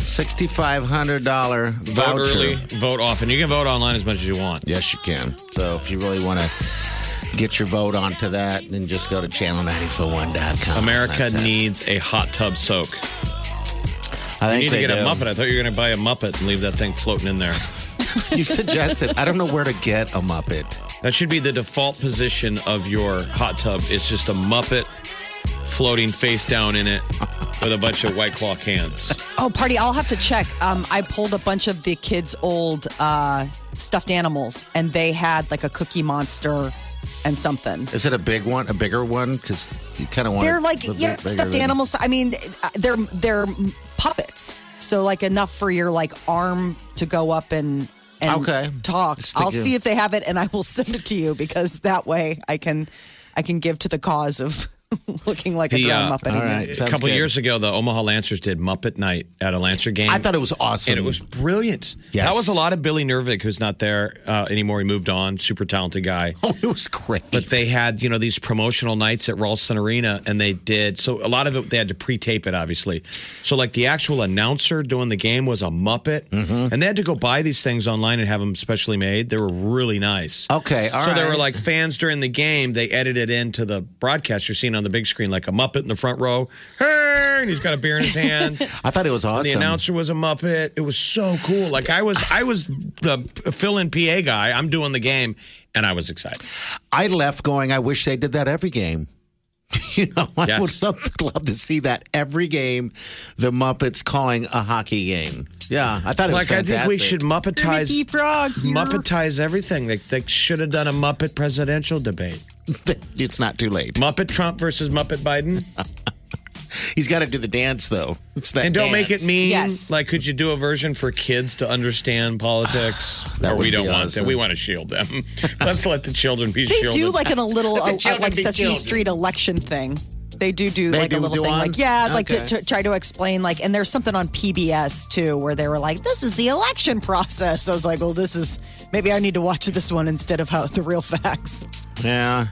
$6,500 Vote voucher. early, vote often. You can vote online as much as you want. Yes, you can. So if you really want to get your vote onto that, then just go to channel941.com. America That's it. needs a hot tub soak. I You think need to they get a do. Muppet. I thought you were going to buy a Muppet and leave that thing floating in there. You suggested. I don't know where to get a Muppet. That should be the default position of your hot tub. It's just a Muppet floating face down in it with a bunch of White Claw cans. Oh, party! I'll have to check. Um, I pulled a bunch of the kids' old uh, stuffed animals, and they had like a Cookie Monster and something. Is it a big one? A bigger one? Because you kind of want. They're it like a bit you know bigger stuffed than- animals. I mean, they're they're puppets. So like enough for your like arm to go up and and Okay. talk. Stick I'll it. see if they have it, and I will send it to you because that way I can I can give to the cause of looking like The, a grown uh, muppet. All again. right. a couple years ago, the Omaha Lancers did Muppet Night at a Lancer game. I thought it was awesome. and it was brilliant. Yes. That was a lot of Billy Nervig, who's not there uh, anymore. He moved on. Super talented guy. Oh, it was great. But they had, you know, these promotional nights at Ralston Arena, and they did. So a lot of it, they had to pre-tape it, obviously. So like the actual announcer doing the game was a Muppet, Mm-hmm. and they had to go buy these things online and have them specially made. They were really nice. okay. all right. so there were like fans during the game. They edited into the broadcast you're seeing on the big screen, like a Muppet in the front row. Hey, and he's got a beer in his hand. I thought it was awesome. The announcer was a Muppet. It was so cool. Like I was, I was the fill-in PA guy. I'm doing the game, and I was excited. I left going. I wish they did that every game. You know, I Yes. would love to, love to see that every game. The Muppets calling a hockey game. Yeah, I thought it was Like fantastic. I think we should Muppetize Muppetize everything. They, they should have done a Muppet presidential debate. It's not too late. Muppet Trump versus Muppet Biden, He's got to do the dance though. It's that and don't make it dance. mean. Yes. Like, could you do a version for kids to understand politics? That or we would be don't want awesome. that. We want to shield them. Let's let the children be They shielded. do like in a little uh, uh, children like be Sesame children. Street election thing. They do do They like do a little do thing, one? like yeah, like to, Okay. to try to explain like. And there's something on PBS too where they were like, "This is the election process." I was like, "Well, this is maybe I need to watch this one instead of how the real facts." Yeah.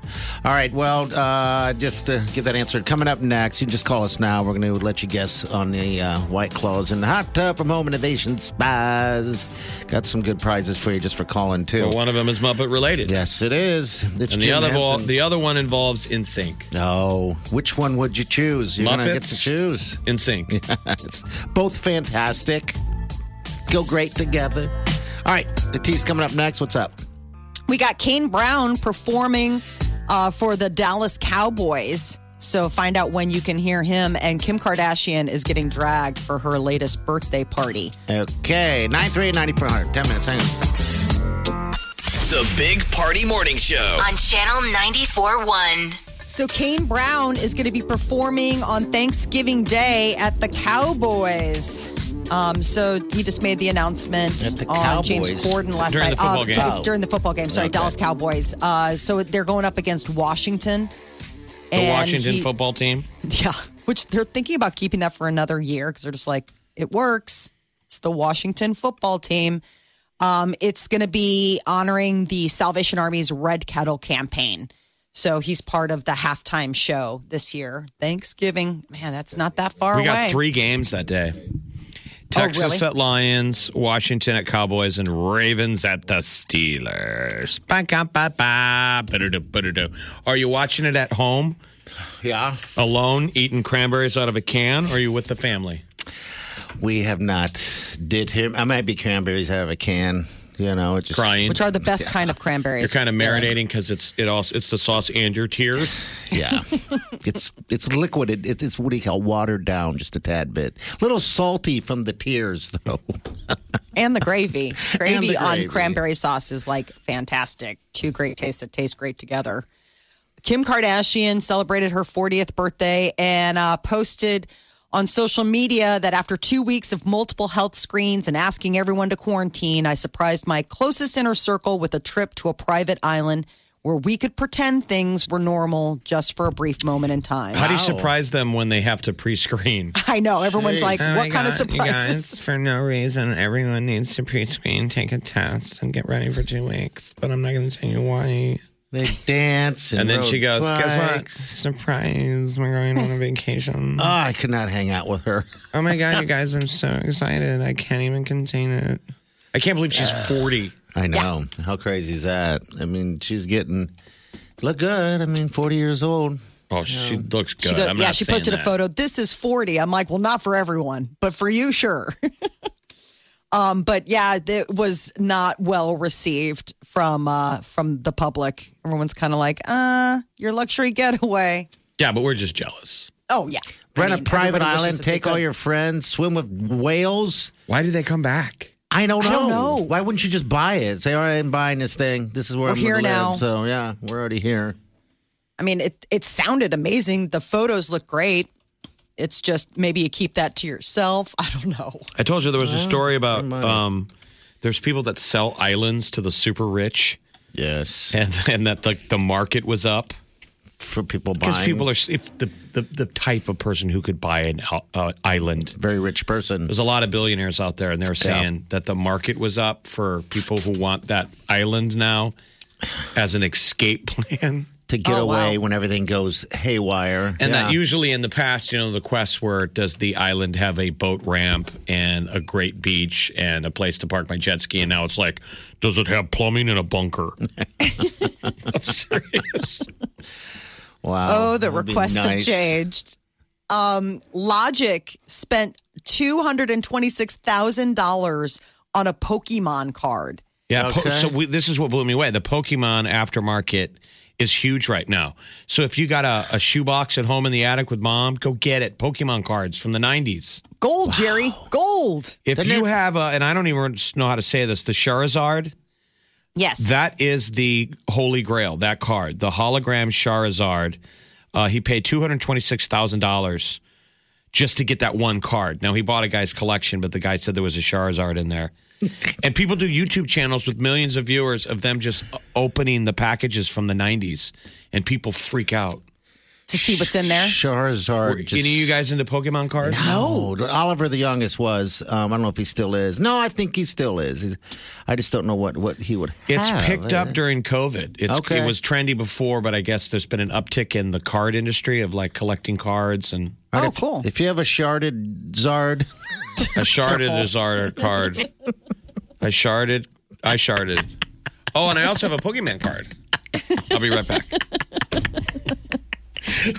All right. Well, uh, just to get that answered, coming up next, you can just call us now. We're going to let you guess on the uh, White Claws and the Hot Tub from Home Innovation Spas. Got some good prizes for you just for calling, too. Well, one of them is Muppet related, Yes, it is. It's and the Jim other one, Henson. the other one involves In Sync. No. Which one would you choose? You're going to get Muppets? to choose. In Sync. It's both fantastic. Go great together. All right. The tea's coming up next. What's up? We got Kane Brown performing uh, for the Dallas Cowboys. So find out when you can hear him. And Kim Kardashian is getting dragged for her latest birthday party. Okay. 938 9400. 10 minutes. Hang on. The Big Party Morning Show. On Channel 94.1. So Kane Brown is going to be performing on Thanksgiving Day at the Cowboys. Um, so he just made the announcement At the on James Cowboys? Corden last During night the football uh, game. to Oh. during the football game. Sorry, Dallas Cowboys. Uh, so they're going up against Washington. The Washington football team. Yeah, which they're thinking about keeping that for another year because they're just like, it works. It's the Washington football team. Um, it's going to be honoring the Salvation Army's Red Kettle campaign. So he's part of the halftime show this year. Thanksgiving. Man, that's not that far We away. got three games that day. Texas Oh, really? at Lions, Washington at Cowboys, and Ravens at the Steelers. Ba-ka-ba-ba. Ba-da-da, ba-da-da. Are you watching it at home, Yeah. alone, eating cranberries out of a can, or are you with the family? We have not did him. I might be cranberries out of a can. You know, it just Crying. which are the best kind of You're cranberries. kind of marinating because it's it also it's the sauce and your tears. Yeah, it's it's liquided. It, it's what do you call it? watered down just a tad bit. Little salty from the tears though. and the gravy. Gravy the on gravy. cranberry sauce is like fantastic. Two great tastes that taste great together. Kim Kardashian celebrated her 40th birthday and uh, posted on social media that after two weeks of multiple health screens and asking everyone to quarantine, I surprised my closest inner circle with a trip to a private island where we could pretend things were normal just for a brief moment in time. How do you surprise them when they have to pre-screen? I know everyone's like, Oh my what kind of God, you surprises? guys, for no reason, everyone needs to pre-screen, take a test, and get ready for two weeks. But I'm not going to tell you why. They dance and, And then rode she goes, "Guess what? bikes." Surprise! We're going on a vacation. Oh, Uh, I could not hang out with her. oh my god, you guys! I'm so excited. I can't even contain it. I can't believe she's 40. I know. How crazy is that? I mean, she's getting look good. I mean, forty years old. Oh, she looks good. She go- I'm yeah, not she saying posted a that. photo. This is 40. I'm like, well, not for everyone, but for you, sure. um, but yeah, it was not well received from uh, from the public. Everyone's kind of like, uh, your luxury getaway. Yeah, but we're just jealous. Oh yeah, I Rent mean, a private everybody wishes island. that they Take all could. your friends. Swim with whales. Why did they come back? I don't know. I don't know. Why wouldn't you just buy it? Say, all right, I'm buying this thing. This is where We're I'm gonna here live." now. So yeah, we're already here. I mean, it it sounded amazing. The photos look great. It's just maybe you keep that to yourself. I don't know. I told you there was a story about um, there's people that sell islands to the super rich, Yes, and and that like the market was up for people because buying. people are if the, the the type of person who could buy an uh, uh, island. very rich person. There's a lot of billionaires out there, and they're saying that the market was up for people who want that island now as an escape plan. to get Oh, wow. away when everything goes haywire. And that Yeah. usually in the past, you know, the quests were does the island have a boat ramp and a great beach and a place to park my jet ski? And now it's like, does it have plumbing and a bunker? I'm serious. wow. Oh, the That'd be requests nice. have changed. Um, Logic spent two hundred and twenty-six thousand dollars on a Pokemon card. Yeah. Po- Okay. so we, this is what blew me away. The Pokemon aftermarket is huge right now. So if you got a, a shoebox at home in the attic with mom, go get it. Pokemon cards from the 90s. Gold, Jerry, gold. If Doesn't you it- have a, and I don't even know how to say this, the Charizard. Yes, That is the holy grail. That card, the hologram Charizard. Uh, he paid two hundred twenty-six thousand dollars just to get that one card. Now he bought a guy's collection, but the guy said there was a Charizard in there. and people do YouTube channels with millions of viewers of them just opening the packages from the '90s, and people freak out. to see what's in there. Charizard. Were just- any of you guys into Pokemon cards? No, Oliver the youngest was. Um, I don't know if he still is. No, I think he still is. He's, I just don't know what, what he would. It's have. Eh. picked up during COVID. It's, Okay. It was trendy before, but I guess there's been an uptick in the card industry of like collecting cards and All Oh, if- cool. If you have a sharded Zard, I sharded a Zard card. I sharded. I sharded. Oh, and I also have a Pokemon card. I'll be right back.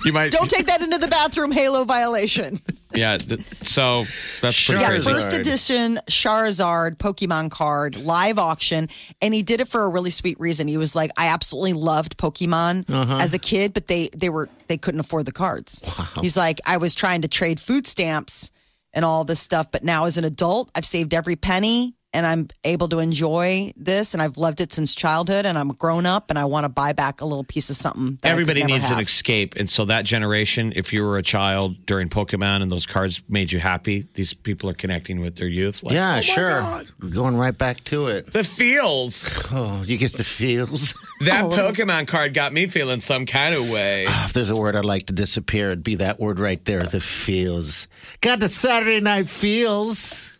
You might. Don't take that into the bathroom. Halo violation. Yeah. Th- so that's Sure. pretty Yeah, crazy. first Charizard. edition Charizard Pokemon card live auction, and he did it for a really sweet reason. He was like, "I absolutely loved Pokemon Uh-huh. as a kid, but they they were they couldn't afford the cards." He's like, "I was trying to trade food stamps and all this stuff, but now as an adult, I've saved every penny." And I'm able to enjoy this, and I've loved it since childhood. And I'm a grown up, and I want to buy back a little piece of something. That I could Everybody never needs have. an escape, and so that generation, if you were a child during Pokemon and those cards made you happy, these people are connecting with their youth. Like, yeah, "Oh my sure. God, Going right back to it. the feels. Oh, you get the feels. That Pokemon card got me feeling some kind of way. Oh, if there's a word I'd like to disappear, it'd be that word right there. The feels. Got the Saturday night feels.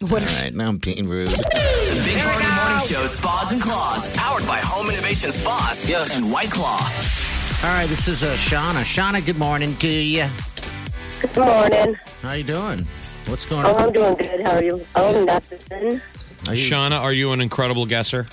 What All if- right, now I'm being rude. The Big Party Morning Show, Spas and Claws, powered by Home Innovation Spas and White Claw. All right, this is uh, Shauna. Shauna, good morning to you. Good morning. How you doing? What's going Oh, on? I'm doing good. How are you? Oh, nothing. Are you- Shauna, are you an incredible guesser?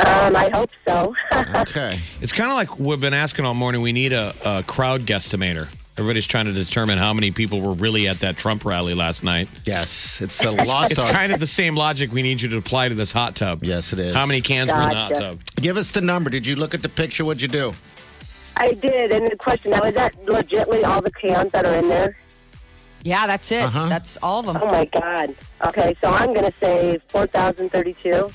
Um, I hope so. Okay. It's kind of like we've been asking all morning. We need a, a crowd guesstimator. Everybody's trying to determine how many people were really at that Trump rally last night. Yes, it's a lost It's art. kind of the same logic we need you to apply to this hot tub. Yes, it is. How many cans were in the hot Gotcha. tub? Give us the number. Did you look at the picture? What'd you do? I did. And the question now is that legitly all the cans that are in there? Yeah, that's it. Uh-huh. That's all of them. Oh my God. Okay, so I'm going to say 4,032.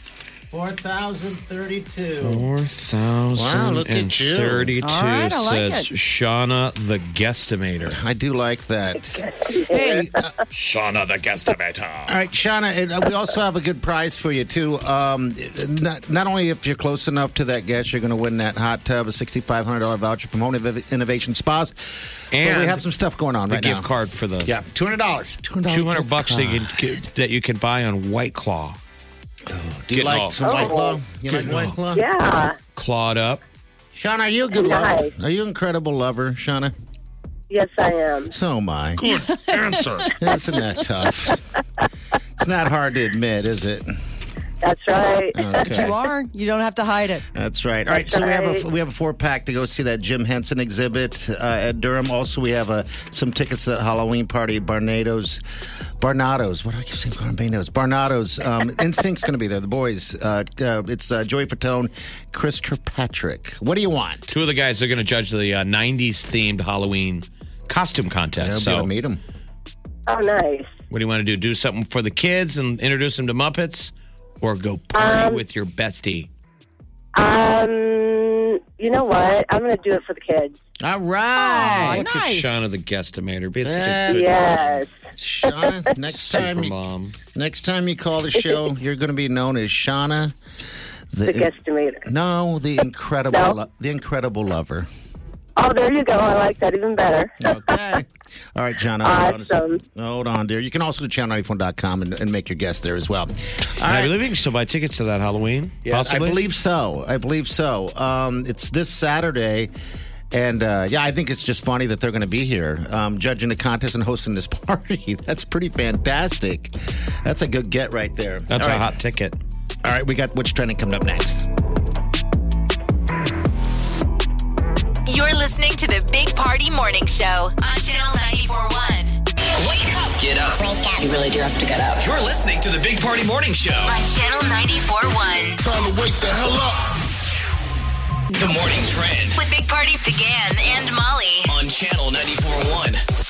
4,032. 4,032 All right, I like says it. Shauna the guesstimator. I do like that. Hey, uh, Shauna the guesstimator. all right, Shauna, and, uh, we also have a good prize for you, too. Um, not, not only if you're close enough to that guest, you're going to win that hot tub, a $6,500 voucher from Home Innov- Innovation Spas. but And we have some stuff going on the right gift now. card for the Yeah, $200. $200, two hundred bucks that gift you can that you can buy on White Claw, card. Do you Getting like all- some White Claw? You like Getting White all- Claw? Yeah. clawed up. Shauna, are you a good lover? Nice. Are you an incredible lover, Shauna? Yes, I am. So am I. Good answer. Isn't that tough? It's not hard to admit, is it? That's right. Okay. You are. You don't have to hide it. That's right. All right, so we have a we have a four pack to go see that Jim Henson exhibit uh, at Durham. Also, we have uh, some tickets to that Halloween party. Barnados, Barnados. What do I keep saying? Barnados. Barnados. Um, Instinct's going to be there. The boys. Uh, uh, it's uh, Joey Fatone, Chris Kirkpatrick. What do you want? Two of the guys are going to judge the uh, '90s themed Halloween costume I'll contest. be able so, to meet him. Oh, nice. what do you want to do? Do something for the kids and introduce them to Muppets, or go party with your bestie? Um, you know what? I'm going to do it for the kids. All right, Aw, nice. Shauna the guesstimator. Be such a Oh, Yeah. Yes. good Shauna. Next time super you mom. next time you call the show, you're going to be known as Shauna. The guesstimator. No, the incredible, No. Lo- the incredible lover. Oh, there you go. I like that even better. Okay. All right, John. Hold on, a Awesome. second. hold on, dear. You can also go to channel94.com and, and make your guess there as well. All And I right. believe you can still buy tickets to that Halloween. Yeah, possibly. I believe so. I believe so. Um, it's this Saturday. And uh, yeah, I think it's just funny that they're going to be here um, judging the contest and hosting this party. That's pretty fantastic. That's a good get right there. that's All a right. hot ticket. All right, we got what's trending coming up next. You're listening to the Big Party Morning Show on Channel 941. Wake up Get up. You really do have to get up. You're listening to the Big Party Morning Show. on Channel 941 Time to wake the hell up. The Morning Trend with Big Party began and Molly. on Channel 94.1.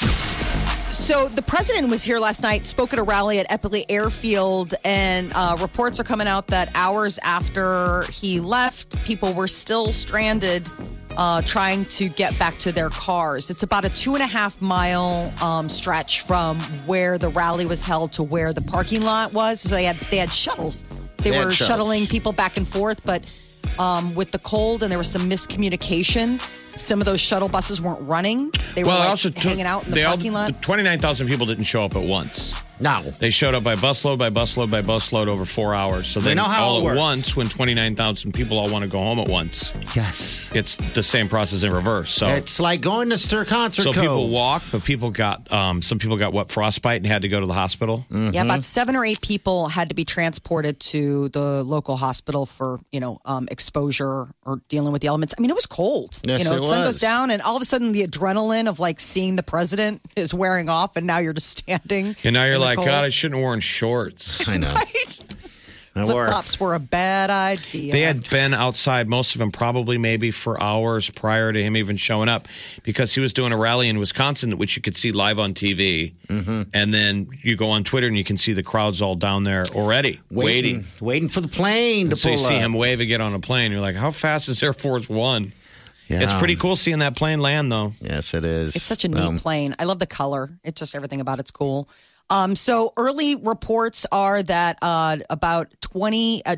So the president was here last night, spoke at a rally at Eppley Airfield, and uh, reports are coming out that hours after he left, people were still stranded. Uh, trying to get back to their cars. It's about a two and a half mile um, stretch from where the rally was held to where the parking lot was. So they had they had shuttles. They, They had were shuttles. shuttling people back and forth, but um, with the cold and there was some miscommunication. Some of those shuttle buses weren't running. They were Well, I like, also took, hanging out in the they all- parking lot. the 29,000 people didn't show up at once. Now, They showed up by busload, by busload, by busload over four hours. So then know how all it at works. once, when 29,000 people all want to go home at once, yes. it's the same process in reverse. So. It's like going to Stir Concert Oh. so Cove. people walk, but people got um, some people got what frostbite and had to go to the hospital. Mm. Yeah, about seven or eight people had to be transported to the local hospital for you know um, exposure or dealing with the elements. I mean, it was cold. Yes, you know, it the sun was. goes down, and all of a sudden the adrenaline of like seeing the president is wearing off, and now you're just standing. And now you're in the like, cold. God, I shouldn't have worn shorts. I know. I Flip wore- flops were a bad idea. They had been outside, most of them probably maybe for hours prior to him even showing up because he was doing a rally in Wisconsin, which you could see live on TV. Mm-hmm. And then you go on Twitter and you can see the crowds all down there already waiting. waiting, waiting for the plane to So pull you see up. him wave again on a plane. You're like, how fast is Air Force One? Yeah. It's pretty cool seeing that plane land, though. Yes, it is. It's such a neat Um, plane. I love the color. It's just everything about it's cool. Um, so early reports are that uh, about 20, uh,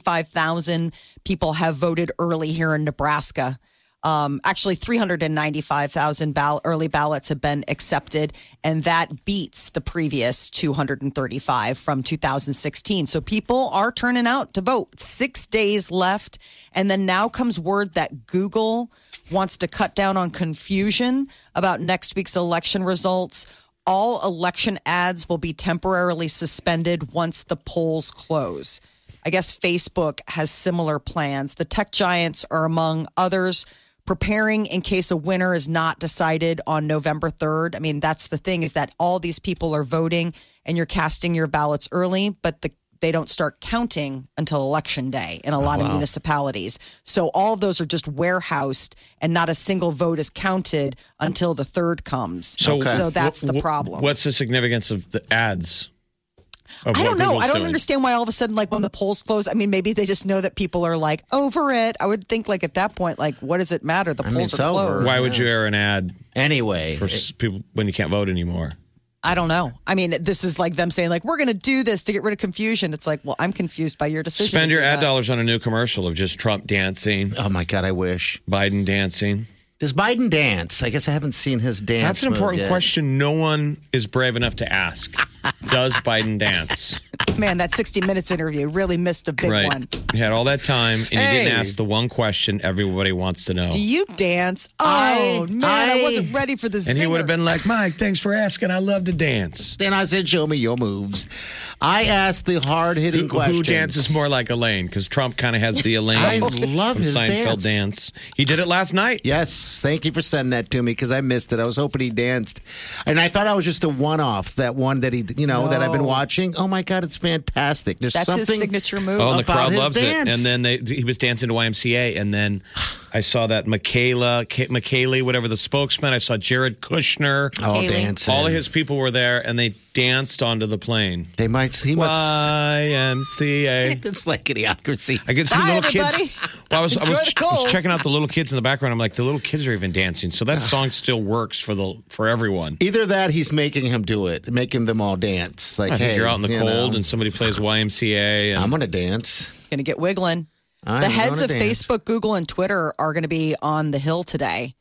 235,000 people have voted early here in Nebraska. Um, actually, 395,000 ball- early ballots have been accepted, and that beats the previous 235 from 2016. So people are turning out to vote. Six days left. And then now comes word that Google wants to cut down on confusion about next week's election results. All election ads will be temporarily suspended once the polls close. I guess Facebook has similar plans. The tech giants are among others preparing in case a winner is not decided on November 3rd. I mean, that's the thing is that all these people are voting and you're casting your ballots early, but the they don't start counting until election day in a lot of municipalities. So all of those are just warehoused and not a single vote is counted until the third comes. So, that's the Wh- wh- problem. What's the significance of the ads? Of I what don't know. Google's I don't doing? understand why all of a sudden, like when the polls close, I mean, maybe they just know that people are like over it. I would think, like at that point, like what does it matter? The mean, polls it's are over. closed. Why would you air an ad Anyway, for s people when you can't vote anymore? I don't know. I mean, this is like them saying, like we're going to do this to get rid of confusion. It's like, well, I'm confused by your decision. Spend to your do ad that. dollars on a new commercial of just Trump dancing, oh my God, I wish. Biden dancing. Does Biden dance? I guess I haven't seen his dance. That's an move important yet. question. No one is brave enough to ask. Does Biden dance? Man, that 60 Minutes interview really missed a big right. one. You had all that time and you Hey. didn't ask the one question everybody wants to know. Do you dance? I- Oh man, I, I- wasn't ready for this. and he would have been like, Mike, thanks for asking. I love to dance. Then I said, "Show me your moves." I asked the hard-hitting Who, questions. who dances more like Elaine? Because Trump kind of has the Elaine I love from his Seinfeld dance. He did it last night. Yes, thank you for sending that to me because I missed it. I was hoping he danced, and I thought I was just a one-off. That one that he, you know, that I've been watching. Oh my god, it's fantastic. There's That's something. his signature move. Oh, and the About crowd his loves dance. it. And then they, he was dancing to YMCA. And then I saw that Michaela, K- Michaeli, whatever the spokesman. I saw Jared Kushner. all Haley. dancing. All of his people were there, and they danced onto the plane. They might. He must. YMCA. It's like idiocracy. I could see Bye, little everybody. kids. Well, I was, I Enjoy was, the I was cold. checking out the little kids in the background. I'm like, the little kids are even dancing, so that song still works for the for everyone. Either that, he's making him do it, making them all dance. Like, I think hey, you're out in the you cold, know, and somebody plays YMCA, and I'm gonna dance. going to get wiggling. I'm the heads gonna of dance. Facebook, Google, and Twitter are going to be on the Hill today.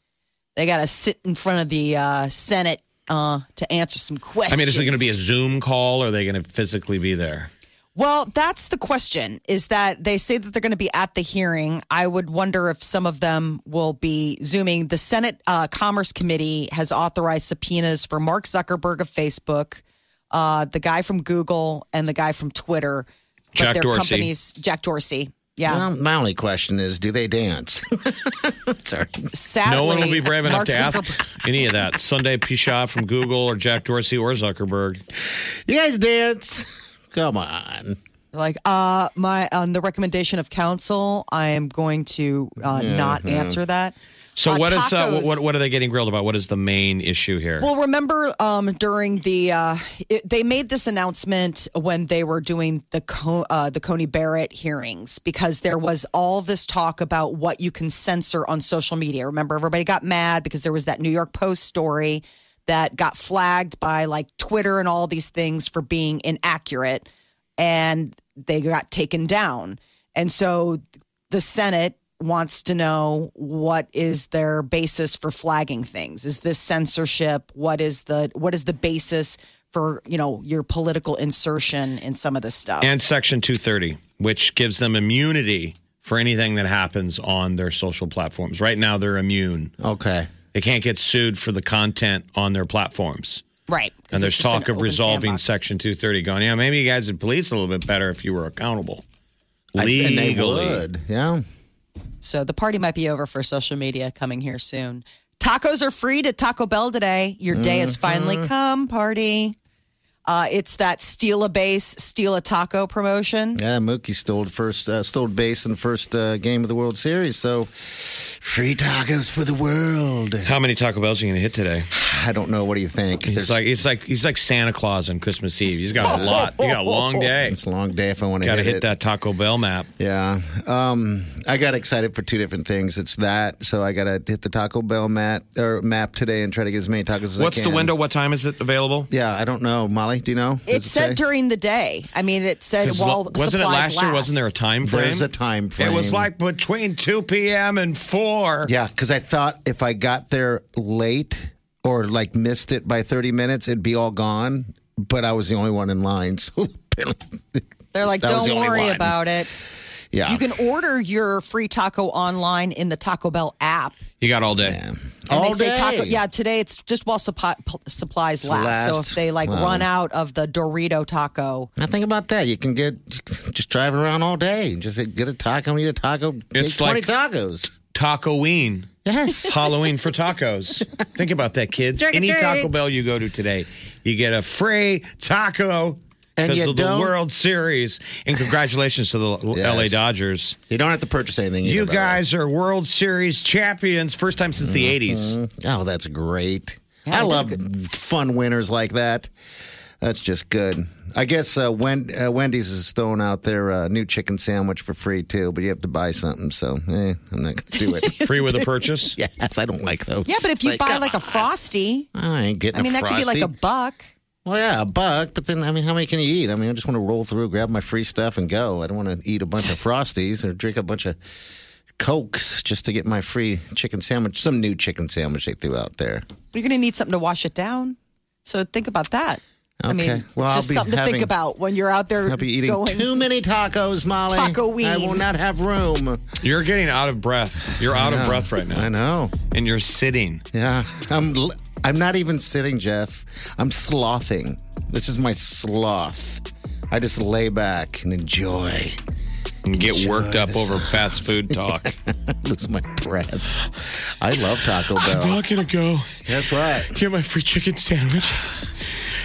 They got to sit in front of the uh, Senate uh, to answer some I questions. mean, is it going to be a Zoom call? Or are they going to physically be there? Well, that's the question is that they say that they're going to be at the hearing. I would wonder if some of them will be Zooming. The Senate uh, Commerce Committee has authorized subpoenas for Mark Zuckerberg of Facebook, uh, the guy from Google, and the guy from Twitter. But Jack their Dorsey. Companies, Jack Dorsey. Yeah. Well, my only question is, do they dance? Sorry. Sadly, no one will be brave enough Mark to ask Zuckerberg- any of that. Sunday Pichot from Google or Jack Dorsey or Zuckerberg. You guys dance? Come on. Like, uh, my on the recommendation of counsel, I am going to uh, not answer that. So Uh, what is uh, tacos- what what are they getting grilled about? What is the main issue here? Well, remember um, during the uh, it, they made this announcement when they were doing the Co- uh, the Coney Barrett hearings because there was all this talk about what you can censor on social media. Remember, everybody got mad because there was that New York Post story that got flagged by like Twitter and all these things for being inaccurate, and they got taken down. And so the Senate wants to know what is their basis for flagging things is this censorship what is the what is the basis for you know your political insertion in some of this stuff and Section 230, which gives them immunity for anything that happens on their social platforms. Right now, they're immune. Okay. They can't get sued for the content on their platforms. right 'cause And it's there's just an talk of open resolving sandbox. Section 230, going, yeah, maybe you guys would police a little bit better if you were accountable. I- and they Legally. would, Yeah. so the party might be over for social media coming here soon tacos are free to taco bell today your day has Mm-hmm. finally come party uh, it's that steal a base steal a taco promotion Yeah, Mookie stole first, uh, stole base in first uh, game of the World Series. So, free tacos for the world. How many Taco Bells are you going to hit today? I don't know. What do you think? It's like it's like he's like Santa Claus on Christmas Eve. He's got a lot. You got a long day. it's a long day if I want to Got to hit, hit it. that Taco Bell map. Yeah. Um, I got excited for two different things. It's that, so I got to hit the Taco Bell mat or map today and try to get as many tacos as I What's the can. window? What time is it available? Yeah, I don't know, Molly. Do you know? it Does said say? during the day i mean it said 'Cause while lo- wasn't it supplies last year? Wasn't there a last. time frame? There's a time frame. It was like between 2 p.m. and 4. Yeah, because I thought if I got there late or like missed it by 30 minutes, it'd be all gone. But I was the only one in line. So apparently- They're like, That was don't the only worry one." about it. yeah. Ah. You can order your free taco online in the Taco Bell app. You got all day. And all they say day. taco. Yeah, today it's just while suppi- p- supplies last. So last. if they like Wow. run out of the Dorito taco, Now think about that. You can get just drive around all day. Just get a taco, eat a taco, take It's 20 like- tacos. Taco Ween. Yes. Halloween for tacos. Think about that, kids. Trick or Any Taco treat. Bell you go to today, you get a free taco And because you of the don't- World Series. And congratulations to the L- Yes. LA Dodgers. You don't have to purchase anything. either, You by the way. guys are World Series champions, first time since the 80s. Oh, that's great. Yeah, I I love did fun winners like that. That's just good. I guess uh, Wen- uh, Wendy's is throwing out their uh, new chicken sandwich for free too, but you have to buy something. So eh, I'm not going to do it. Free with a purchase. yes, I don't like those. Yeah, but if you buy come like a on. frosty, I ain't getting. I mean a that could be like a Frosty. buck. well, yeah, a buck. But then, I mean, how many can you eat? I mean, I just want to roll through, grab my free stuff, and go. I don't want to eat a bunch of frosties or drink a bunch of cokes just to get my free chicken sandwich. Some new chicken sandwich they threw out there. You're going to need something to wash it down. So think about that. I Okay. mean, Well, it's I'll just be something to having- think about when you're out there I'll be eating going. too many tacos, Molly. Taco-ween. I will not have room. You're getting out of breath. You're out of breath right I now. know. And you're sitting. Yeah, I'm. l- I'm not even sitting, Jeff. I'm slothing. This is my sloth. I just lay back and enjoy. and get worked up over fast food talk. Lose my breath. I love Taco Bell. gonna go That's right. get my free chicken sandwich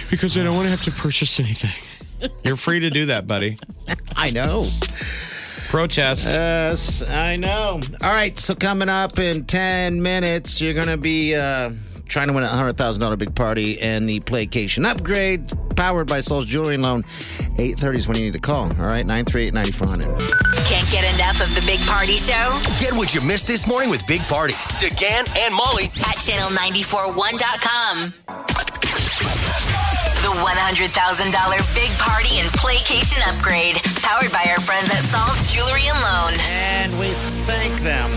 because I don't want to have to purchase anything. You're free to do that, buddy. I know. Protest. Yes, I know. All right, so coming up in 10 minutes, you're going to be uh, trying to win a $100,000 big party and the Playcation upgrade powered by Soul's Jewelry and Loan. 830 is when you need to call. All right, 938 9400. Can't get enough of the Big Party Show Get what you missed this morning with Big Party. DeGan and Molly. at channel941.com. The $100,000 Big Party and Playcation upgrade, powered by our friends at Saul's Jewelry and Loan. And we thank them.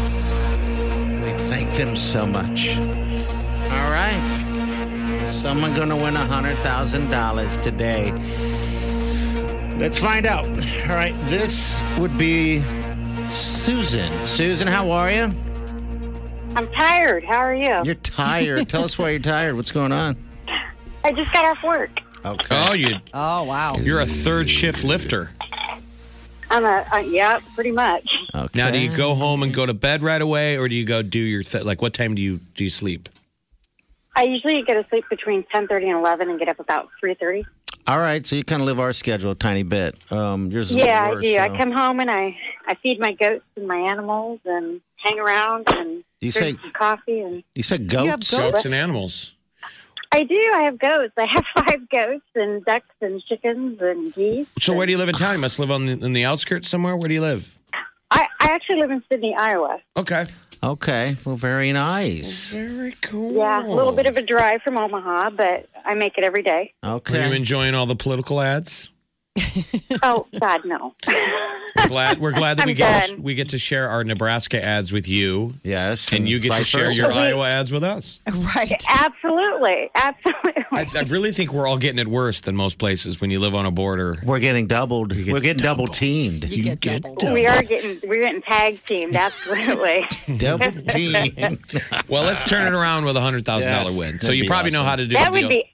We thank them so much. All right. Someone going to win $100,000 today. Let's find out. All right, this would be Susan. Susan, how are you? I'm tired. How are you? You're tired. Tell us why you're tired. What's going on? I just got off work. Okay. Oh, you Oh wow! you're a third shift lifter. I'm a, uh, yeah, pretty much. okay. Now, do you go home and go to bed right away, or do you go do your th- like? What time do you do you sleep? I usually get to sleep between 10.30 and 11 and get up about 3.30. All right, so you kind of live our schedule a tiny bit. Um, yours is Yeah, worse, I do. I so- come home and I, I feed my goats and my animals and hang around and You drink say- some coffee. and You said goats. You have goats? Goats and animals. I do. I have goats. I have five goats and ducks and chickens and geese. So where do you live in town? You must live on the, in the outskirts somewhere. Where do you live? I, I actually live in Sydney, Iowa. Okay. Okay, well, very nice. Very cool. Yeah, a Oh. little bit of a drive from Omaha, but I make it every day. Okay. Are you enjoying all the political ads? oh, God, no. We're glad we're glad that we I'm get done. we get to share our Nebraska ads with you, Yes. and you get to vice share versa. your Okay. Iowa ads with us. Right? Absolutely. Absolutely. I, I really think we're all getting it worse than most places when you live on a border. We're getting doubled. We're getting double teamed. You get doubled. We are getting we're getting tag teamed, absolutely. double teamed. Well, let's turn it around with a hundred thousand dollar Yes, win. that'd So you be probably know awesome. how to do that the would deal. be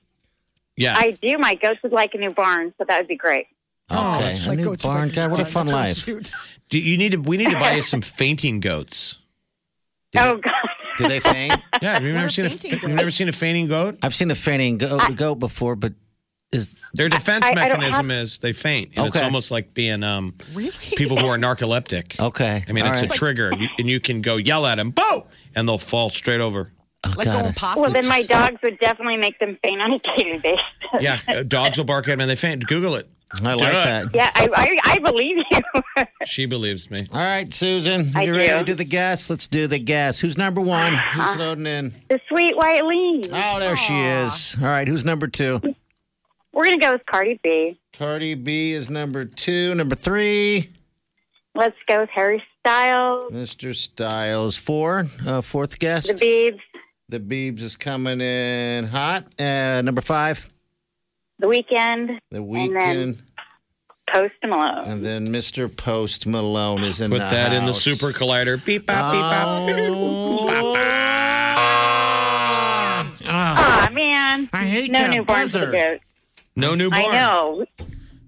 yeah. I do. My goats would like a new barn, so that would be great. Okay. Like a new goats with barn. a God, what a barn. fun That's really life. cute. do you need to? We need to buy you some fainting goats. Oh god. Do they faint? Yeah, have you What are never seen a fainting you've goats? never seen a fainting goat? I've seen a fainting go- goat before, but is Their defense I- I don't mechanism is they faint, and it's Okay. almost like being um Really? people who are narcoleptic. okay. I mean, All it's a right. trigger, you, and you can go yell at them, "Boo!" and they'll fall straight over. like God. going possum. Well then my dogs would definitely make them faint on a daily basis. Yeah, uh, dogs will bark at them and they faint. Google it. I like that. Yeah, I I, I believe you. She believes me. All right, Susan, I you ready do. Uh-huh. to do the guess? Let's do the guess. Who's number one? Who's loading in? the sweet white lean. Ah. Oh, there she is. All right, who's number two? We're gonna go with Cardi B. Cardi B is number two. Number three, Let's go with Harry Styles, Mr. Styles. Four, uh, fourth the guest. Biebs, The Beebs is coming in hot. Uh, number five, the Weekend, The And Weeknd. then- Post Malone. And then Mr. Post Malone is in Put the that in the house. super collider. Beep bop beep Oh. bop. Aw man. I hate no that Oh. new barn for the buzzer. goats. No new barn. I know.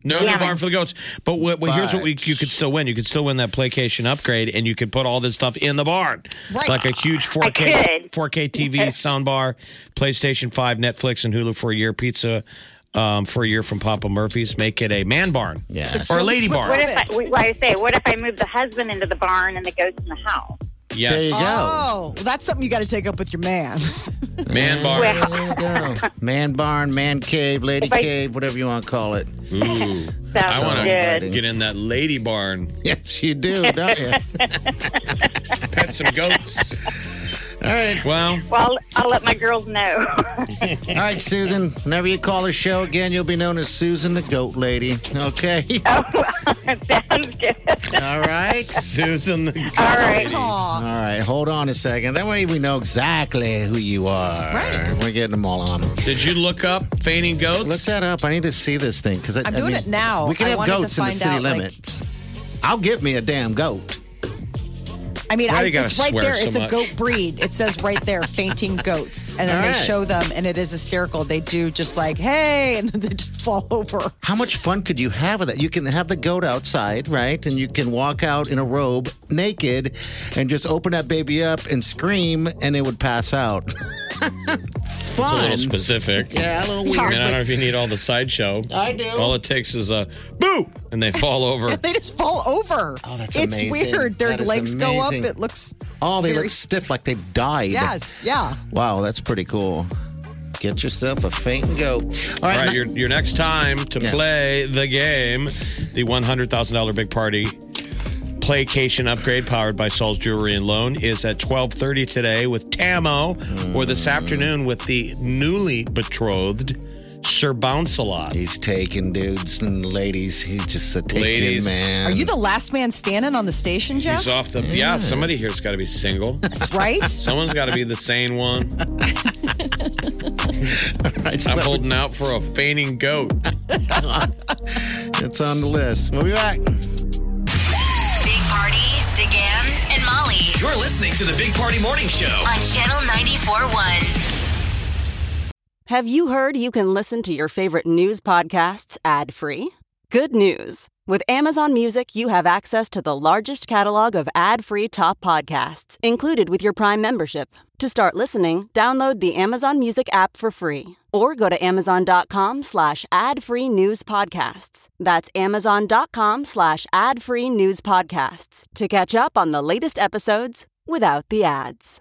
No, Yeah. no barn for the goats. But, what, well, here's what we, you could still win. You could still win that Playcation upgrade, and you could put all this stuff in the barn, Right. like a huge I 4K could. 4K TV, soundbar, PlayStation 5, Netflix, and Hulu for a year. Pizza um, for a year from Papa Murphy's. Make it a man barn, Yes. or a lady What barn. if I, well, I say, what if I move the husband into the barn and the goats in the house? There you Yes, go. Oh, well, that's something you got to take up with your man. man barn. There you go. Man barn, man cave, lady Oh. If I- cave, whatever you want to call it. Ooh, Sounds I want to good. get in that lady barn, Yes, you do, don't you? pet some goats. All right. Well, Well, I'll let my girls know. All right, Susan. Whenever you call the show again, you'll be known as Susan the Goat Lady. Okay. Sounds good. All right. Susan the goat. All right. All Aw, right. Hold on a second. That way we know exactly who you are. Right. We're getting them all on. Did you look up feigning goats? Look that up. I need to see this thing because I'm doing it now. We can I have wanted to goats in the find city out, like- limits. I'll give me a damn goat. I mean, Why I, do you gotta it's right swear there. so it's a much? goat breed. It says right there, fainting goats, and then All they right. show them, and it is hysterical. They do just like, hey, and then they just fall over. How much fun could you have with that? You can have the goat outside, right? And you can walk out in a robe naked and just open that baby up and scream, and it would pass out. It's a Fun. little specific. yeah, a little I weird. mean, I don't know if you need all the sideshow. I do. All it takes is a boo, and they fall over. They just fall over. Oh, that's it's amazing. weird. Their That is legs go up. amazing. It looks Oh, they Very- look stiff like they died. yes, yeah. Wow, that's pretty cool. Get yourself a fainting goat. All All right. right, your, your next time to Yeah. play the game, the $100,000 Big Party Playcation Upgrade powered by Saul's Jewelry and Loan is at 12.30 today with Tamo or this Mm. afternoon with the newly betrothed Sir Bouncelot. He's taking dudes and ladies. He's just a taking Ladies. man. Are you the last man standing on the station, Jeff? He's off the... Yeah, somebody here's got to be single. Right? Someone's got to be the sane one. All right, so I'm holding out for a fainting goat. It's on the list. We'll be back. Big Party, DeGan, and Molly You're listening to the Big Party Morning Show. on Channel 94.1. Have you heard you can listen to your favorite news podcasts ad free? Good news! With Amazon Music, you have access to the largest catalog of ad free top podcasts included with your Prime membership. To start listening, download the Amazon Music app for free or go to amazon.com slash ad free news podcasts. That's amazon.com slash ad free news podcasts to catch up on the latest episodes without the ads.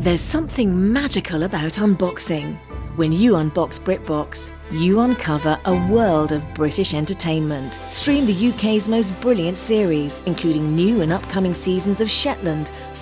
There's something magical about unboxing. When you unbox BritBox, you uncover a world of British entertainment. Stream the UK's most brilliant series, including new and upcoming seasons of Shetland,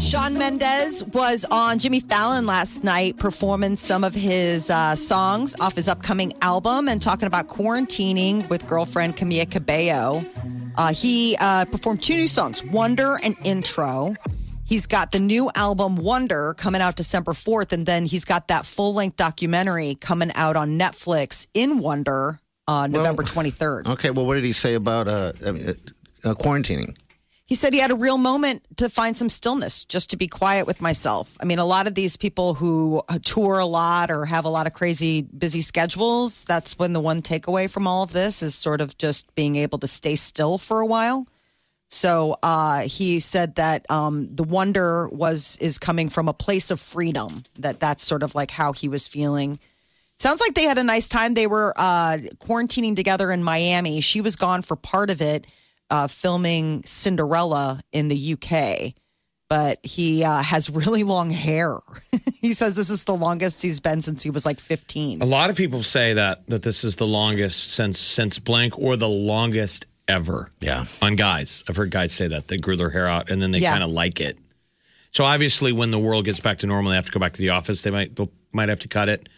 Sean Mendez was on Jimmy Fallon last night performing some of his uh, songs off his upcoming album and talking about quarantining with girlfriend Camila Cabello. Uh, he uh, performed two new songs, Wonder and Intro. He's got the new album Wonder coming out December 4th, and then he's got that full length documentary coming out on Netflix in Wonder uh, November 23rd. Okay, well, what did he say about uh, I mean, uh, uh, quarantining? He said he had a real moment to find some stillness, just to be quiet with myself. I mean, a lot of these people who uh, tour a lot or have a lot of crazy busy schedules, that's when the one takeaway from all of this is sort of just being able to stay still for a while. So uh, he said that um, the wonder was is coming from a place of freedom. That that's sort of like how he was feeling. Sounds like they had a nice time. They were uh, quarantining together in Miami. She was gone for part of it, uh, filming Cinderella in the UK. But he uh, has really long hair. he says this is the longest he's been since he was like 15. A lot of people say that that this is the longest since since blank or the longest ever. Yeah. On guys. I've heard guys say that. They grew their hair out and then they Yeah. kind of like it. So obviously when the world gets back to normal, they have to go back to the office. They might they might have to cut it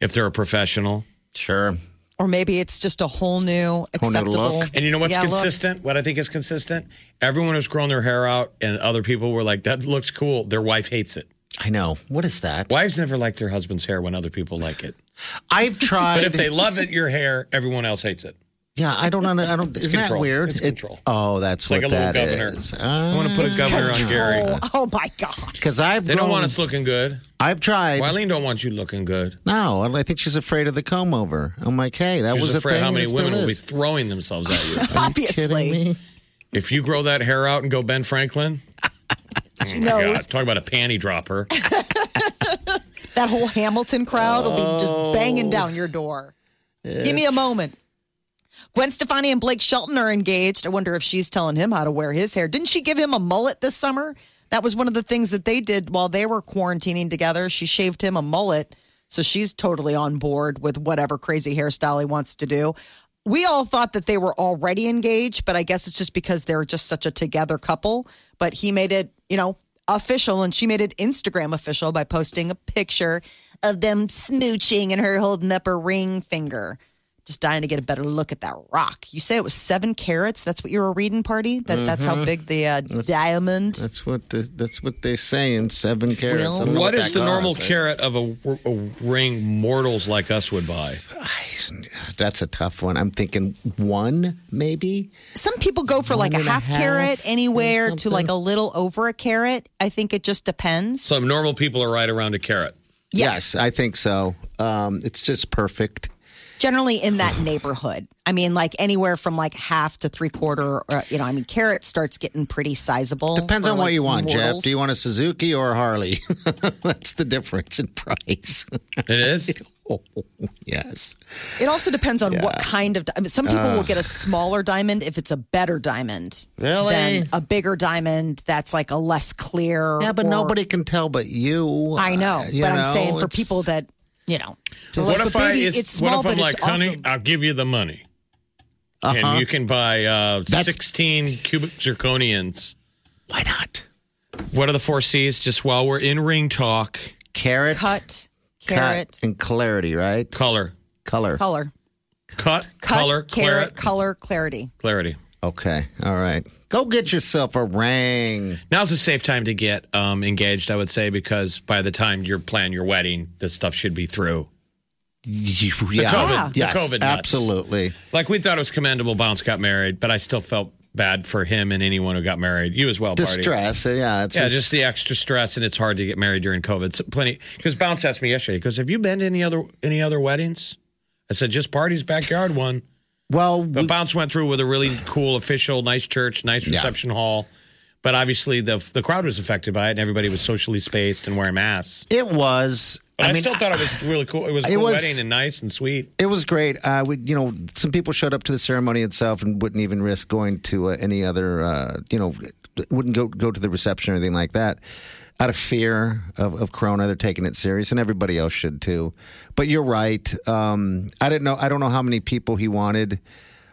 if they're a professional. Sure. Or maybe it's just a whole new acceptable. look. And you know what's Yeah, look. consistent? What I think is consistent? Everyone who's grown their hair out and other people were like, That looks cool. Their wife hates it. I know. What is that? Wives never like their husband's hair when other people like it. I've tried. But if they love it, your hair, everyone else hates it. Yeah, I don't. under- I don't. It's isn't that control. weird? It's It- oh, that's It's like what a little that governor. is. Ah. I want to put a governor on Gary. Oh my God. Because I've They don't grown- want us looking good. I've tried. Wileen don't want you looking good. No, I think she's afraid of the comb over. I'm like, hey, that She's was a afraid thing. how and many it still women will be is. throwing themselves at you. Obviously. if you grow that hair out and go Ben Franklin, oh my knows. God, talk about a panty dropper. That whole Hamilton crowd will be just banging down your door. Give me a moment. Gwen Stefani and Blake Shelton are engaged. I wonder if she's telling him how to wear his hair. Didn't she give him a mullet this summer? That was one of the things that they did while they were quarantining together. She shaved him a mullet. So she's totally on board with whatever crazy hairstyle he wants to do. We all thought that they were already engaged, but I guess it's just because they're just such a together couple. But he made it, you know, official and she made it Instagram official by posting a picture of them smooching and her holding up her ring finger. Just dying to get a better look at that rock. You say it was seven carats. That's what you were reading, party. That that's how Mhm. big the uh, diamond. That's what the, that's what they say in seven carats. I don't know what that is the normal costs. carat of a, a ring mortals like us would buy? That's a tough one. I'm thinking one maybe. Some people go for like a One and a half, half carat anywhere to something. like a little over a carat. I think it just depends. Some normal people are right around a carat. Yes, I think so. Um, it's just perfect. generally in that neighborhood. I mean, like anywhere from like half to three quarter. Or, you know, I mean, carrot starts getting pretty sizable. Depends for, on what like, you want, Jeff. mortals. Do you want a Suzuki or a Harley? That's the difference in price. It is. oh, yes. It also depends on what kind of. di- I mean, some people will Ugh. get a smaller diamond if it's a better diamond. Really? Than a bigger diamond that's like a less clear. Yeah, but or- nobody can tell but you. I know, Uh, but you I'm know, saying for it's- people that you know. what like if the I? baby, It's, it's small, what if I'm but like, it's honey, I'll give you the money, Uh-huh. and you can buy uh, That's- sixteen cubic zirconians. Why not? What are the four C's? Just while we're in ring talk, carrot, cut, cut, carrot, and clarity, right? color, Color. color, cut, cut, color, carrot, claret, color, clarity. clarity. Okay. All right. Go get yourself a ring. Now's a safe time to get um, engaged, I would say, because by the time you're planning your wedding, this stuff should be through. You- The yeah. COVID, Yes, the COVID nuts. absolutely. Like we thought it was commendable. Bounce got married, but I still felt bad for him and anyone who got married. You as well, Barty. Distress. Yeah. It's yeah, just the extra stress, and it's hard to get married during COVID. So plenty because Bounce asked me yesterday. He goes, "Have you been to any other any other weddings?" I said, "Just parties, backyard one." Well, but Bounce went through with a really cool official, nice church, nice reception hall. But obviously, the the crowd was affected by it, and everybody was socially spaced and wearing masks. It was. But I, mean, still thought it was really cool. It was a It cool was- wedding and nice and sweet. It was great. Uh, we, you know, some people showed up to the ceremony itself and wouldn't even risk going to uh, any other, uh, you know, wouldn't go go to the reception or anything like that, out of fear of, of Corona. They're taking it serious, and everybody else should too. But you're right. Um, I didn't know. I don't know how many people he wanted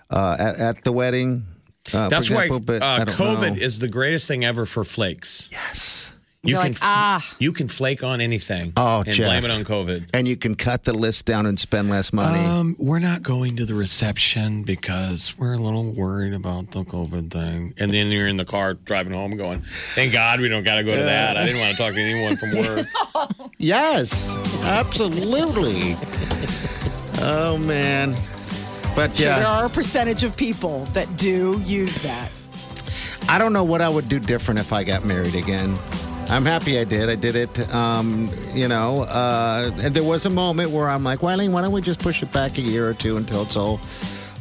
uh, at, at the wedding. Uh, for That's example, why but I uh, don't COVID know. is the greatest thing ever for flakes. Yes. You You're can like, ah. you can flake on anything Oh, and Jeff. blame it on COVID. And you can cut the list down and spend less money. Uh, Um, we're not going to the reception because we're a little worried about the COVID thing. And then you're in the car driving home going, thank God we don't got to go to that. I didn't want to talk to anyone from work. Yes, absolutely. oh man, but So there yeah, are a percentage of people that do use that. I don't know what I would do different if I got married again. I'm happy I did. I did it. Um, you know, uh, and there was a moment where I'm like, Wiley, why don't we just push it back a year or two until it's all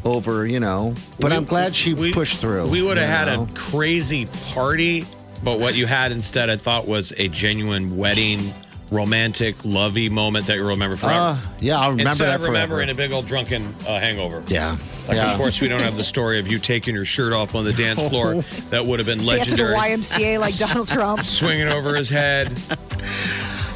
over? You know, but We- I'm glad she we- pushed through. We would have you had know? a crazy party, but what you had instead, I thought, was a genuine wedding, romantic, lovey moment that you remember Uh, forever. yeah, I remember Instead that of remembering forever. a big old drunken uh, hangover. Yeah, Like, yeah. of course, we don't have the story of you taking your shirt off on the dance floor. That would have been Dance at a legendary. YMCA like Donald Trump. swinging over his head,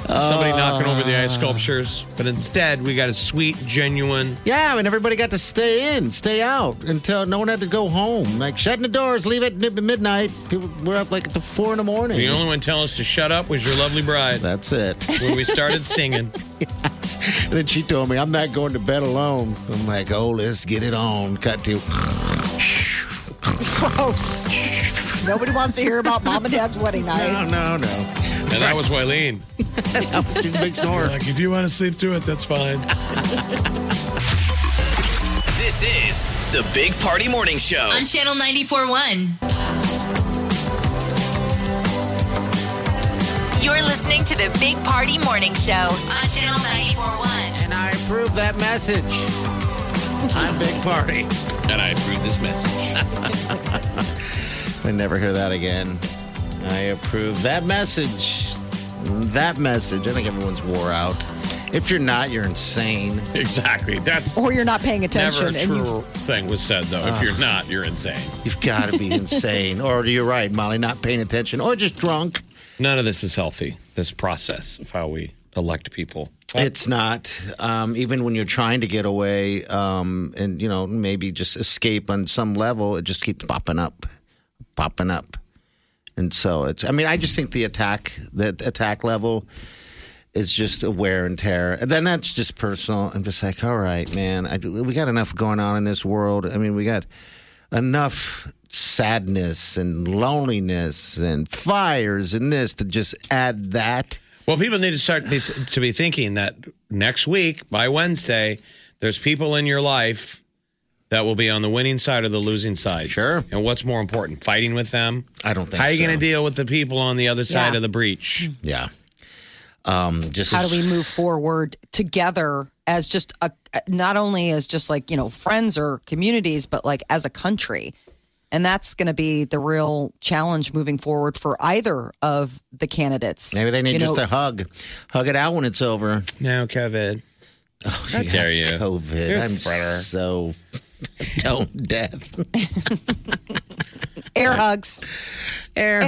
somebody knocking over the Uh. ice sculptures. But instead, we got a sweet, genuine. Yeah, and everybody got to stay in, stay out until no one had to go home. Like shutting the doors, leave at mid- midnight. People were up like at the four in the morning. The only one telling us to shut up was your lovely bride That's it. when we started singing. and then she told me, "I'm not going to bed alone." I'm like, "Oh, let's get it on." Cut to Gross. Nobody wants to hear about mom and dad's wedding night. no, no, no. And Yeah, that was Wileen. She's a big snorer. Like, if you want to sleep through it, that's fine. This is the Big Party Morning Show. On Channel 94.1. You're listening to the Big Party Morning Show on Channel 94.1. And I approve that message. I'm Big Party. And I approve this message. I never hear that again. I approve that message. That message. I think everyone's wore out. If you're not, you're insane. Exactly. That's or you're not paying attention. never and a you- Ah. true thing was said, though. if you're not, you're insane. You've got to be insane. Or you're right, Molly, not paying attention or just drunk. None of this is healthy. This process of how we elect people. It's not. Um, even when you're trying to get away um, and, you know, maybe just escape on some level, it just keeps popping up, popping up. And so it's, I mean, I just think the attack, the attack level is just a wear and tear. And then that's just personal. I'm just like, all right, man, I, do- we got enough going on in this world. I mean, we got enough sadness and loneliness and fires and this to just add that. Well, people need to start be- to be thinking that next week, by Wednesday, there's people in your life that will be on the winning side or the losing side. Sure. And what's more important, fighting with them? I don't think How are you so. going to deal with the people on the other side Yeah. Hmm. of the breach? Yeah. Um, just how do we move forward together as just a not only as just like you know friends or communities but like as a country and that's going to be the real challenge moving forward for either of the candidates Maybe they need You know, just a hug. Hug it out when it's over. No, COVID. How Yeah, dare you? COVID. You're a I'm spreader. so tone deaf. air hugs air,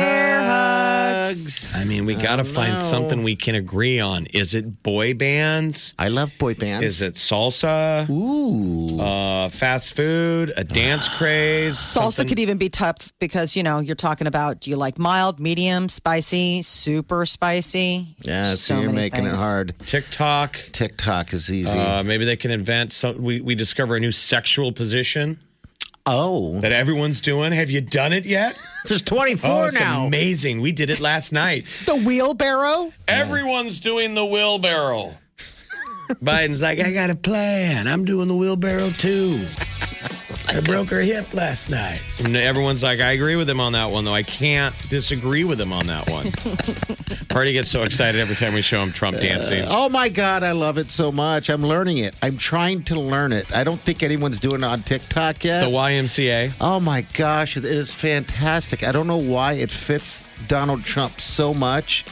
hugs. I mean, we got to find something we can agree on. Is it boy bands? I love boy bands. Is it salsa? Ooh. Uh, fast food? A dance craze? salsa something- could even be tough because you know you're talking about do you like mild medium spicy super spicy yeah, so, you're many making it things. hard. TikTok. TikTok is easy. Uh, maybe they can invent some. We, we discover a new sexual position oh, that everyone's doing. Have you done it yet? there's 24 Oh, it's now. amazing. We did it last night. the wheelbarrow Everyone's doing the wheelbarrow. Biden's like, I got a plan. I'm doing the wheelbarrow too. I broke her hip last night. And everyone's like, I agree with him on that one, though. I can't disagree with him on that one. Party gets so excited every time we show him Trump dancing. Oh my God, I love it so much. I'm learning it. I'm trying to learn it. I don't think anyone's doing it on TikTok yet. The YMCA. Oh my gosh, it is fantastic. I don't know why it fits Donald Trump so much.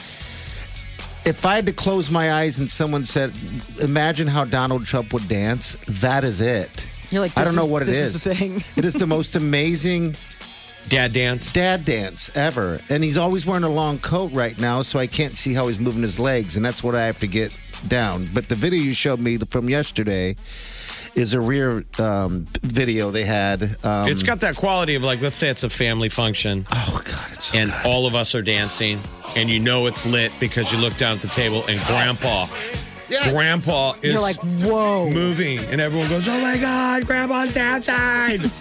If I had to close my eyes and someone said, "Imagine how Donald Trump would dance," that is it. You're like, I this don't know is- what it this is. is the thing. it is the most amazing Dad dance. dad dance ever, and he's always wearing a long coat right now, so I can't see how he's moving his legs, and that's what I have to get down. But the video you showed me from yesterday is a rear um, video they had. Um, It's got that quality of like, let's say it's a family function. oh God, it's so and all of us are dancing and you know it's lit because you look down at the table and grandpa Yes. grandpa is you're like whoa moving and everyone goes oh my god grandpa's dancing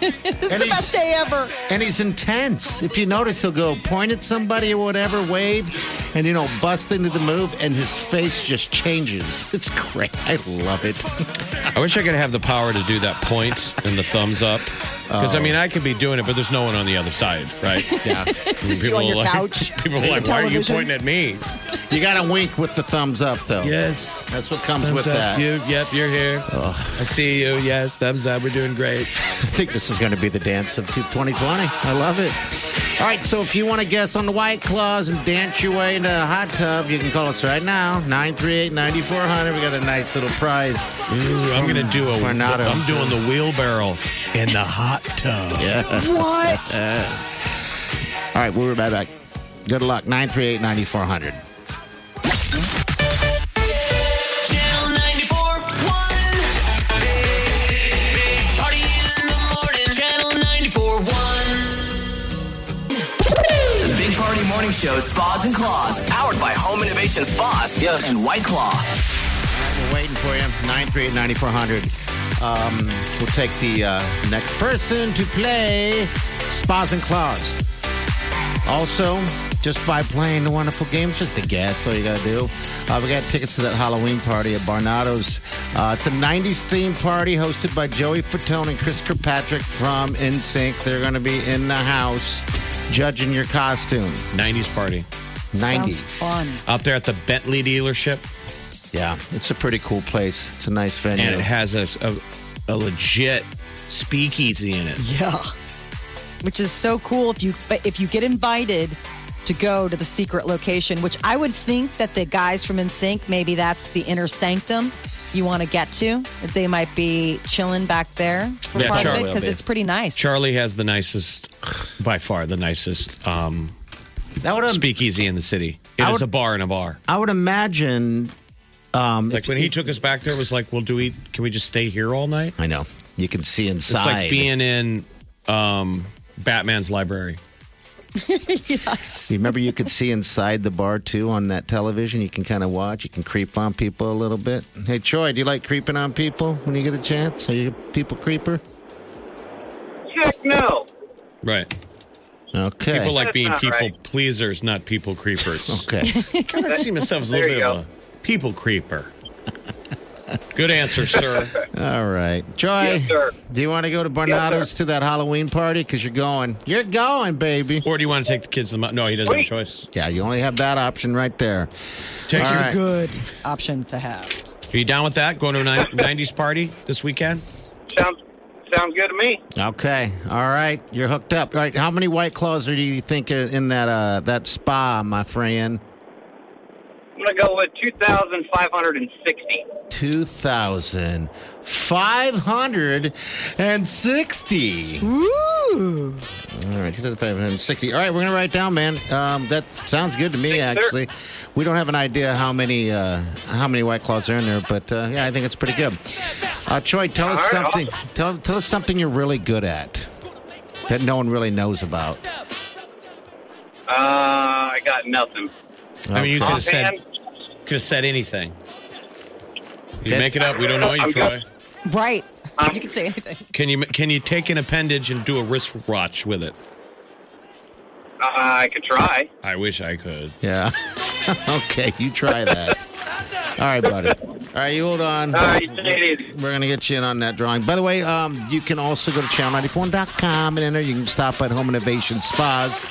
this is and the best he's- day ever and he's intense. If you notice, he'll go point at somebody or whatever, wave, and you know, bust into the move, and his face just changes. It's great. I love it. i wish i could have the power to do that point and the thumbs up because i mean i could be doing it but there's no one on the other side right Yeah, just you on your are like, couch people are like The why are you television." pointing at me you got to wink with the thumbs up, though. Yes. That's what comes with up, that. you yep you're here I see you. Yes. Thumbs up. We're doing great. I think this is going to be the dance of 2020. I love it. All right, so if you want to guess on the White Claws and dance your way into a hot tub, you can call us right now, 938 9400. We got a nice little prize. Ooh, i'm gonna do a Tornado. am doing the wheelbarrow In the hot tub. what All right, we'll be right back. Good luck, 938 9400. Channel 94.1. Big Party in the morning. Channel 94.1. The Big Party Morning Show, Spas and Claws, powered by Home Innovation Spas and White Claw. We're waiting for you. 938 9400. Um, we'll take the uh, next person to play Spas and Claws. Also, just by playing the wonderful game. It's just a guess. All you got to do. Uh, we got tickets to that Halloween party at Barnado's. Uh, it's a 90s themed party hosted by Joey Fatone and Chris Kirkpatrick from NSYNC. They're going to be in the house judging your costume. 90s party. 90s. fun. Out there at the Bentley dealership. Yeah, it's a pretty cool place. It's a nice venue. And it has a, a, a legit speakeasy in it. Yeah. Which is so cool if you but if you get invited to go to the secret location, which I would think that the guys from InSync, maybe that's the inner sanctum you want to get to. That they might be chilling back there for Yeah, part of Charlie it will because be. it's pretty nice. Charlie has the nicest, by far the nicest um, speakeasy in the city. It I is would- a bar and a bar. I would imagine. Um, Like if- when he took us back there, it was like, well, do we? Can we just stay here all night? I know. You can see inside. It's like being in um, Batman's library. yes. You remember you could see inside the bar too on that television. You can kind of watch. You can creep on people a little bit. Hey Troy, do you like creeping on people when you get a chance? Are you a people creeper? Heck no. Right. Okay. People like That's being not people right. pleasers, not people creepers. Okay. kind of see myself as a little bit of a people creeper. Good answer, sir. All right, Troy. Yes, sir. Do you want to go to Barnado's to that Halloween party? Because you're going. You're going, baby. Or do you want to take the kids to the? mo- No, he doesn't have a choice. Yeah, you only have that option right there. Take- which All is right. a good option to have. Are you down with that? Going to a ni- 90s party this weekend? Sounds sounds good to me. Okay. All right. You're hooked up. All right. How many white claws do you think are in that uh, that spa, my friend? I'm gonna go with two thousand five hundred and sixty. 2,560. Woo! All right, 2,560. All right, we're going to write down, man. Um, that sounds good to me, actually. We don't have an idea how many uh, how many White Claws are in there, but uh, yeah, I think it's pretty good. Uh, Troy, tell us All right, something. Tell, tell us something you're really good at that no one really knows about. Uh, I got nothing. I mean, you could have said Offhand, could have said anything. You Okay. make it up. We don't know you, I'm Troy. good. Right. Um, you can say anything. Can you can you take an appendage and do a wristwatch with it? uh, I could try. I wish I could. Yeah. okay, you try that. All right, buddy. All right, you hold on. All right, take it easy. We're going to get you in on that drawing. By the way, um, you can also go to channel94.com and enter. You can stop at Home Innovation Spas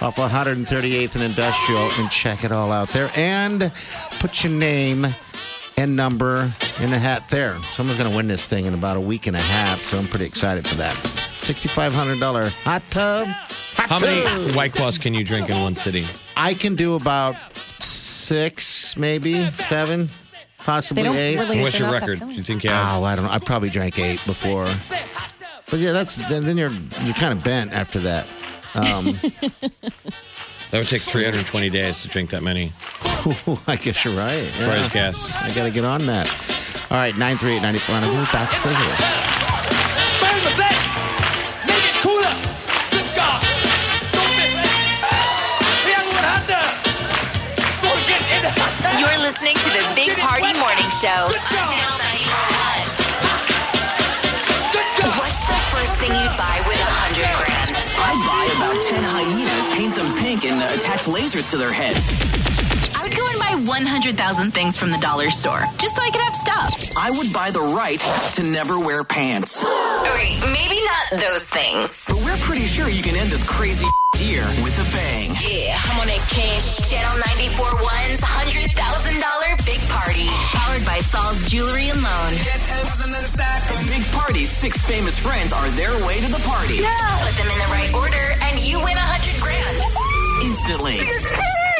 off 138th and Industrial and check it all out there. And put your name and number in the hat there. Someone's going to win this thing in about a week and a half, so I'm pretty excited for that. $6,500 hot tub. Hot How many tub. white claws can you drink in one sitting? I can do about six, maybe seven, possibly They don't eight. really- What's your They're not that record? Do filling. you think you have? Oh, I don't know. I probably drank eight before. But yeah, that's then, then you're you're kind of bent after that. Um, That would take 320 days to drink that many. I guess you're right. Yeah. Uh-huh. Troy's guess. I gotta get on that. All right, nine three eight ninety four. We're back to this. Famous that. Make it cooler. Good God. Don't be Hey, I want hot dog. Gonna get in the hot tub. You're listening to the Big Party Morning Show. on Channel 94.1. What's the first thing you'd buy with a hundred grand? I'd buy about 10 hyenas, paint them pink, and uh, attach lasers to their heads. I would go and buy 100,000 things from the dollar store just so I could have stuff. I would buy the right to never wear pants. Okay, maybe not those things. But we're pretty sure you can end this crazy year with a bang. Yeah, I'm on a cash. Channel 94.1's $100,000 Big Party. Powered by Saul's Jewelry and Loan. The big party's six famous friends are their way to the party Put them in the right order and you win 100 grand. instantly.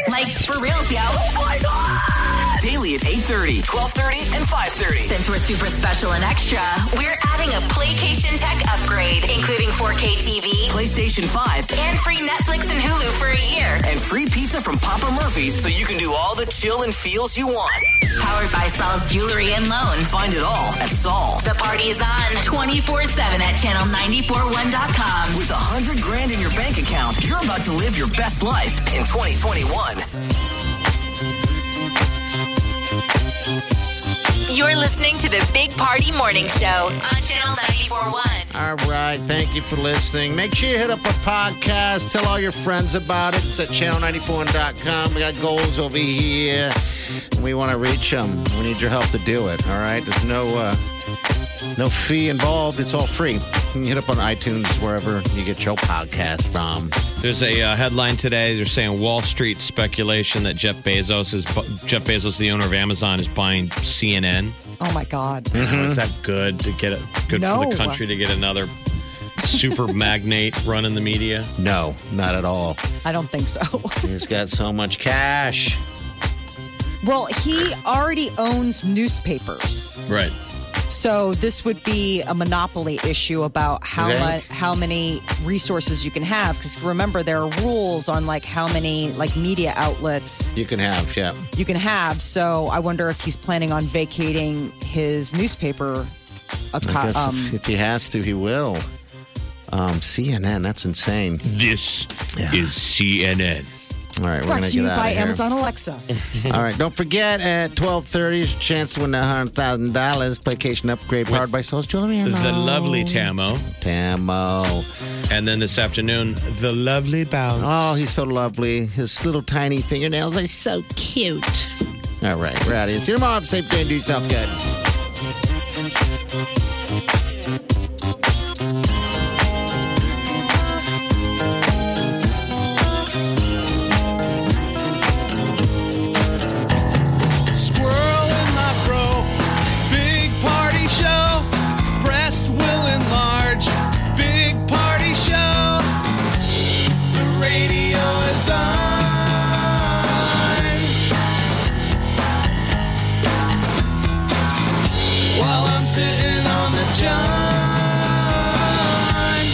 Like, for reals, yo. Oh my God. Daily at 8.30, 12.30, and 5.30. Since we're super special and extra, we're adding a PlayCation Tech upgrade, including 4K TV PlayStation 5 and free Netflix and Hulu for a year. and free pizza from Papa Murphy's so you can do all the chill and feels you want. Powered by Saul's Jewelry and Loan. Find it all at Saul. The party is on 24 7 at channel941.com. With a hundred grand in your bank account, you're about to live your best life in 2021. You're listening to the Big Party Morning Show on Channel 941. All right. Thank you for listening. Make sure you hit up our podcast. Tell all your friends about it. It's at channel94.com. We got goals over here. And we want to reach them. We need your help to do it. All right. There's no uh, no fee involved. It's all free. You can hit up on iTunes, wherever you get your podcast from. There's a uh, headline today. They're saying Wall Street speculation that Jeff Bezos is Jeff Bezos, the owner of Amazon, is buying CNN. Oh my God. Mm-hmm. Is that good to get it? Good for No. the country to get another super magnate running the media? No, not at all. I don't think so. He's got so much cash. Well, he already owns newspapers. Right. So this would be a monopoly issue about how Okay. mu- how many resources you can have because remember there are rules on like how many like media outlets You can have, yeah. you can have. So I wonder if he's planning on vacating his newspaper. A I co- guess if, um, if he has to, he will. Um, CNN, that's insane. This is CNN. All right, we're brought going to to you get out by of here. Amazon Alexa. All right, don't forget at 1230, is your chance to win the $100,000 Playcation Upgrade powered by Souls Jewelry. The lovely Tammo. Tammo. And then this afternoon, the lovely Bounce. Oh, he's so lovely. His little tiny fingernails are so cute. All right, we're out of here. See you tomorrow. Have a Safe day and do yourself good. Squirrel in my fro. Big party show. Breast will enlarge. Big party show. The radio is on. While I'm sitting on the john.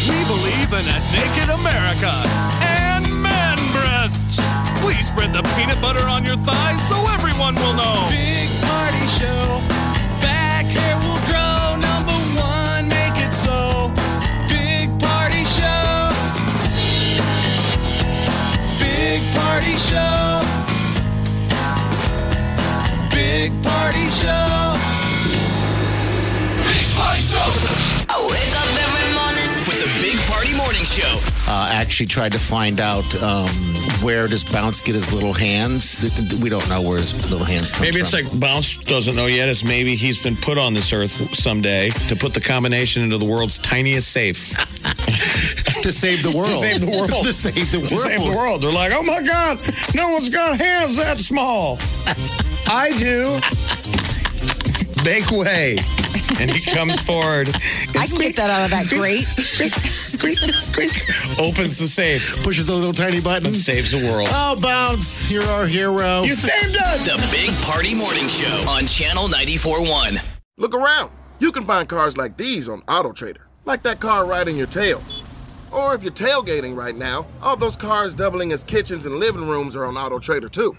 We believe in a naked America and man breasts. Please spread the peanut butter on your thighs so everyone will know. Big party show. Back hair will grow. Number one, make it so. Big party show. Big party show. Big party show. Big party show. I wake up every morning with the Big Party Morning Show. uh, actually tried to find out um, where does Bounce get his little hands. Th- th- We don't know where his little hands come Maybe from. it's like Bounce doesn't know yet. Is maybe he's been put on this earth someday to put the combination into the world's tiniest safe. to save the world. To save the world. to save the world. To save the world. They're like, oh my God, no one's got hands that small. I do. Make way. And he comes forward. I can get that out of that grate. Squeak, squeak. Opens the safe. Pushes the little tiny button. And saves the world. Oh, Bounce, you're our hero. You saved us. The Big Party Morning Show on Channel 94.1. Look around. You can find cars like these on AutoTrader, like that car riding your tail. Or if you're tailgating right now, all those cars doubling as kitchens and living rooms are on AutoTrader too.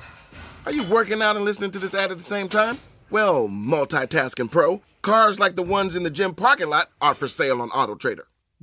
Are you working out and listening to this ad at the same time? Well, multitasking pro, cars like the ones in the gym parking lot are for sale on AutoTrader.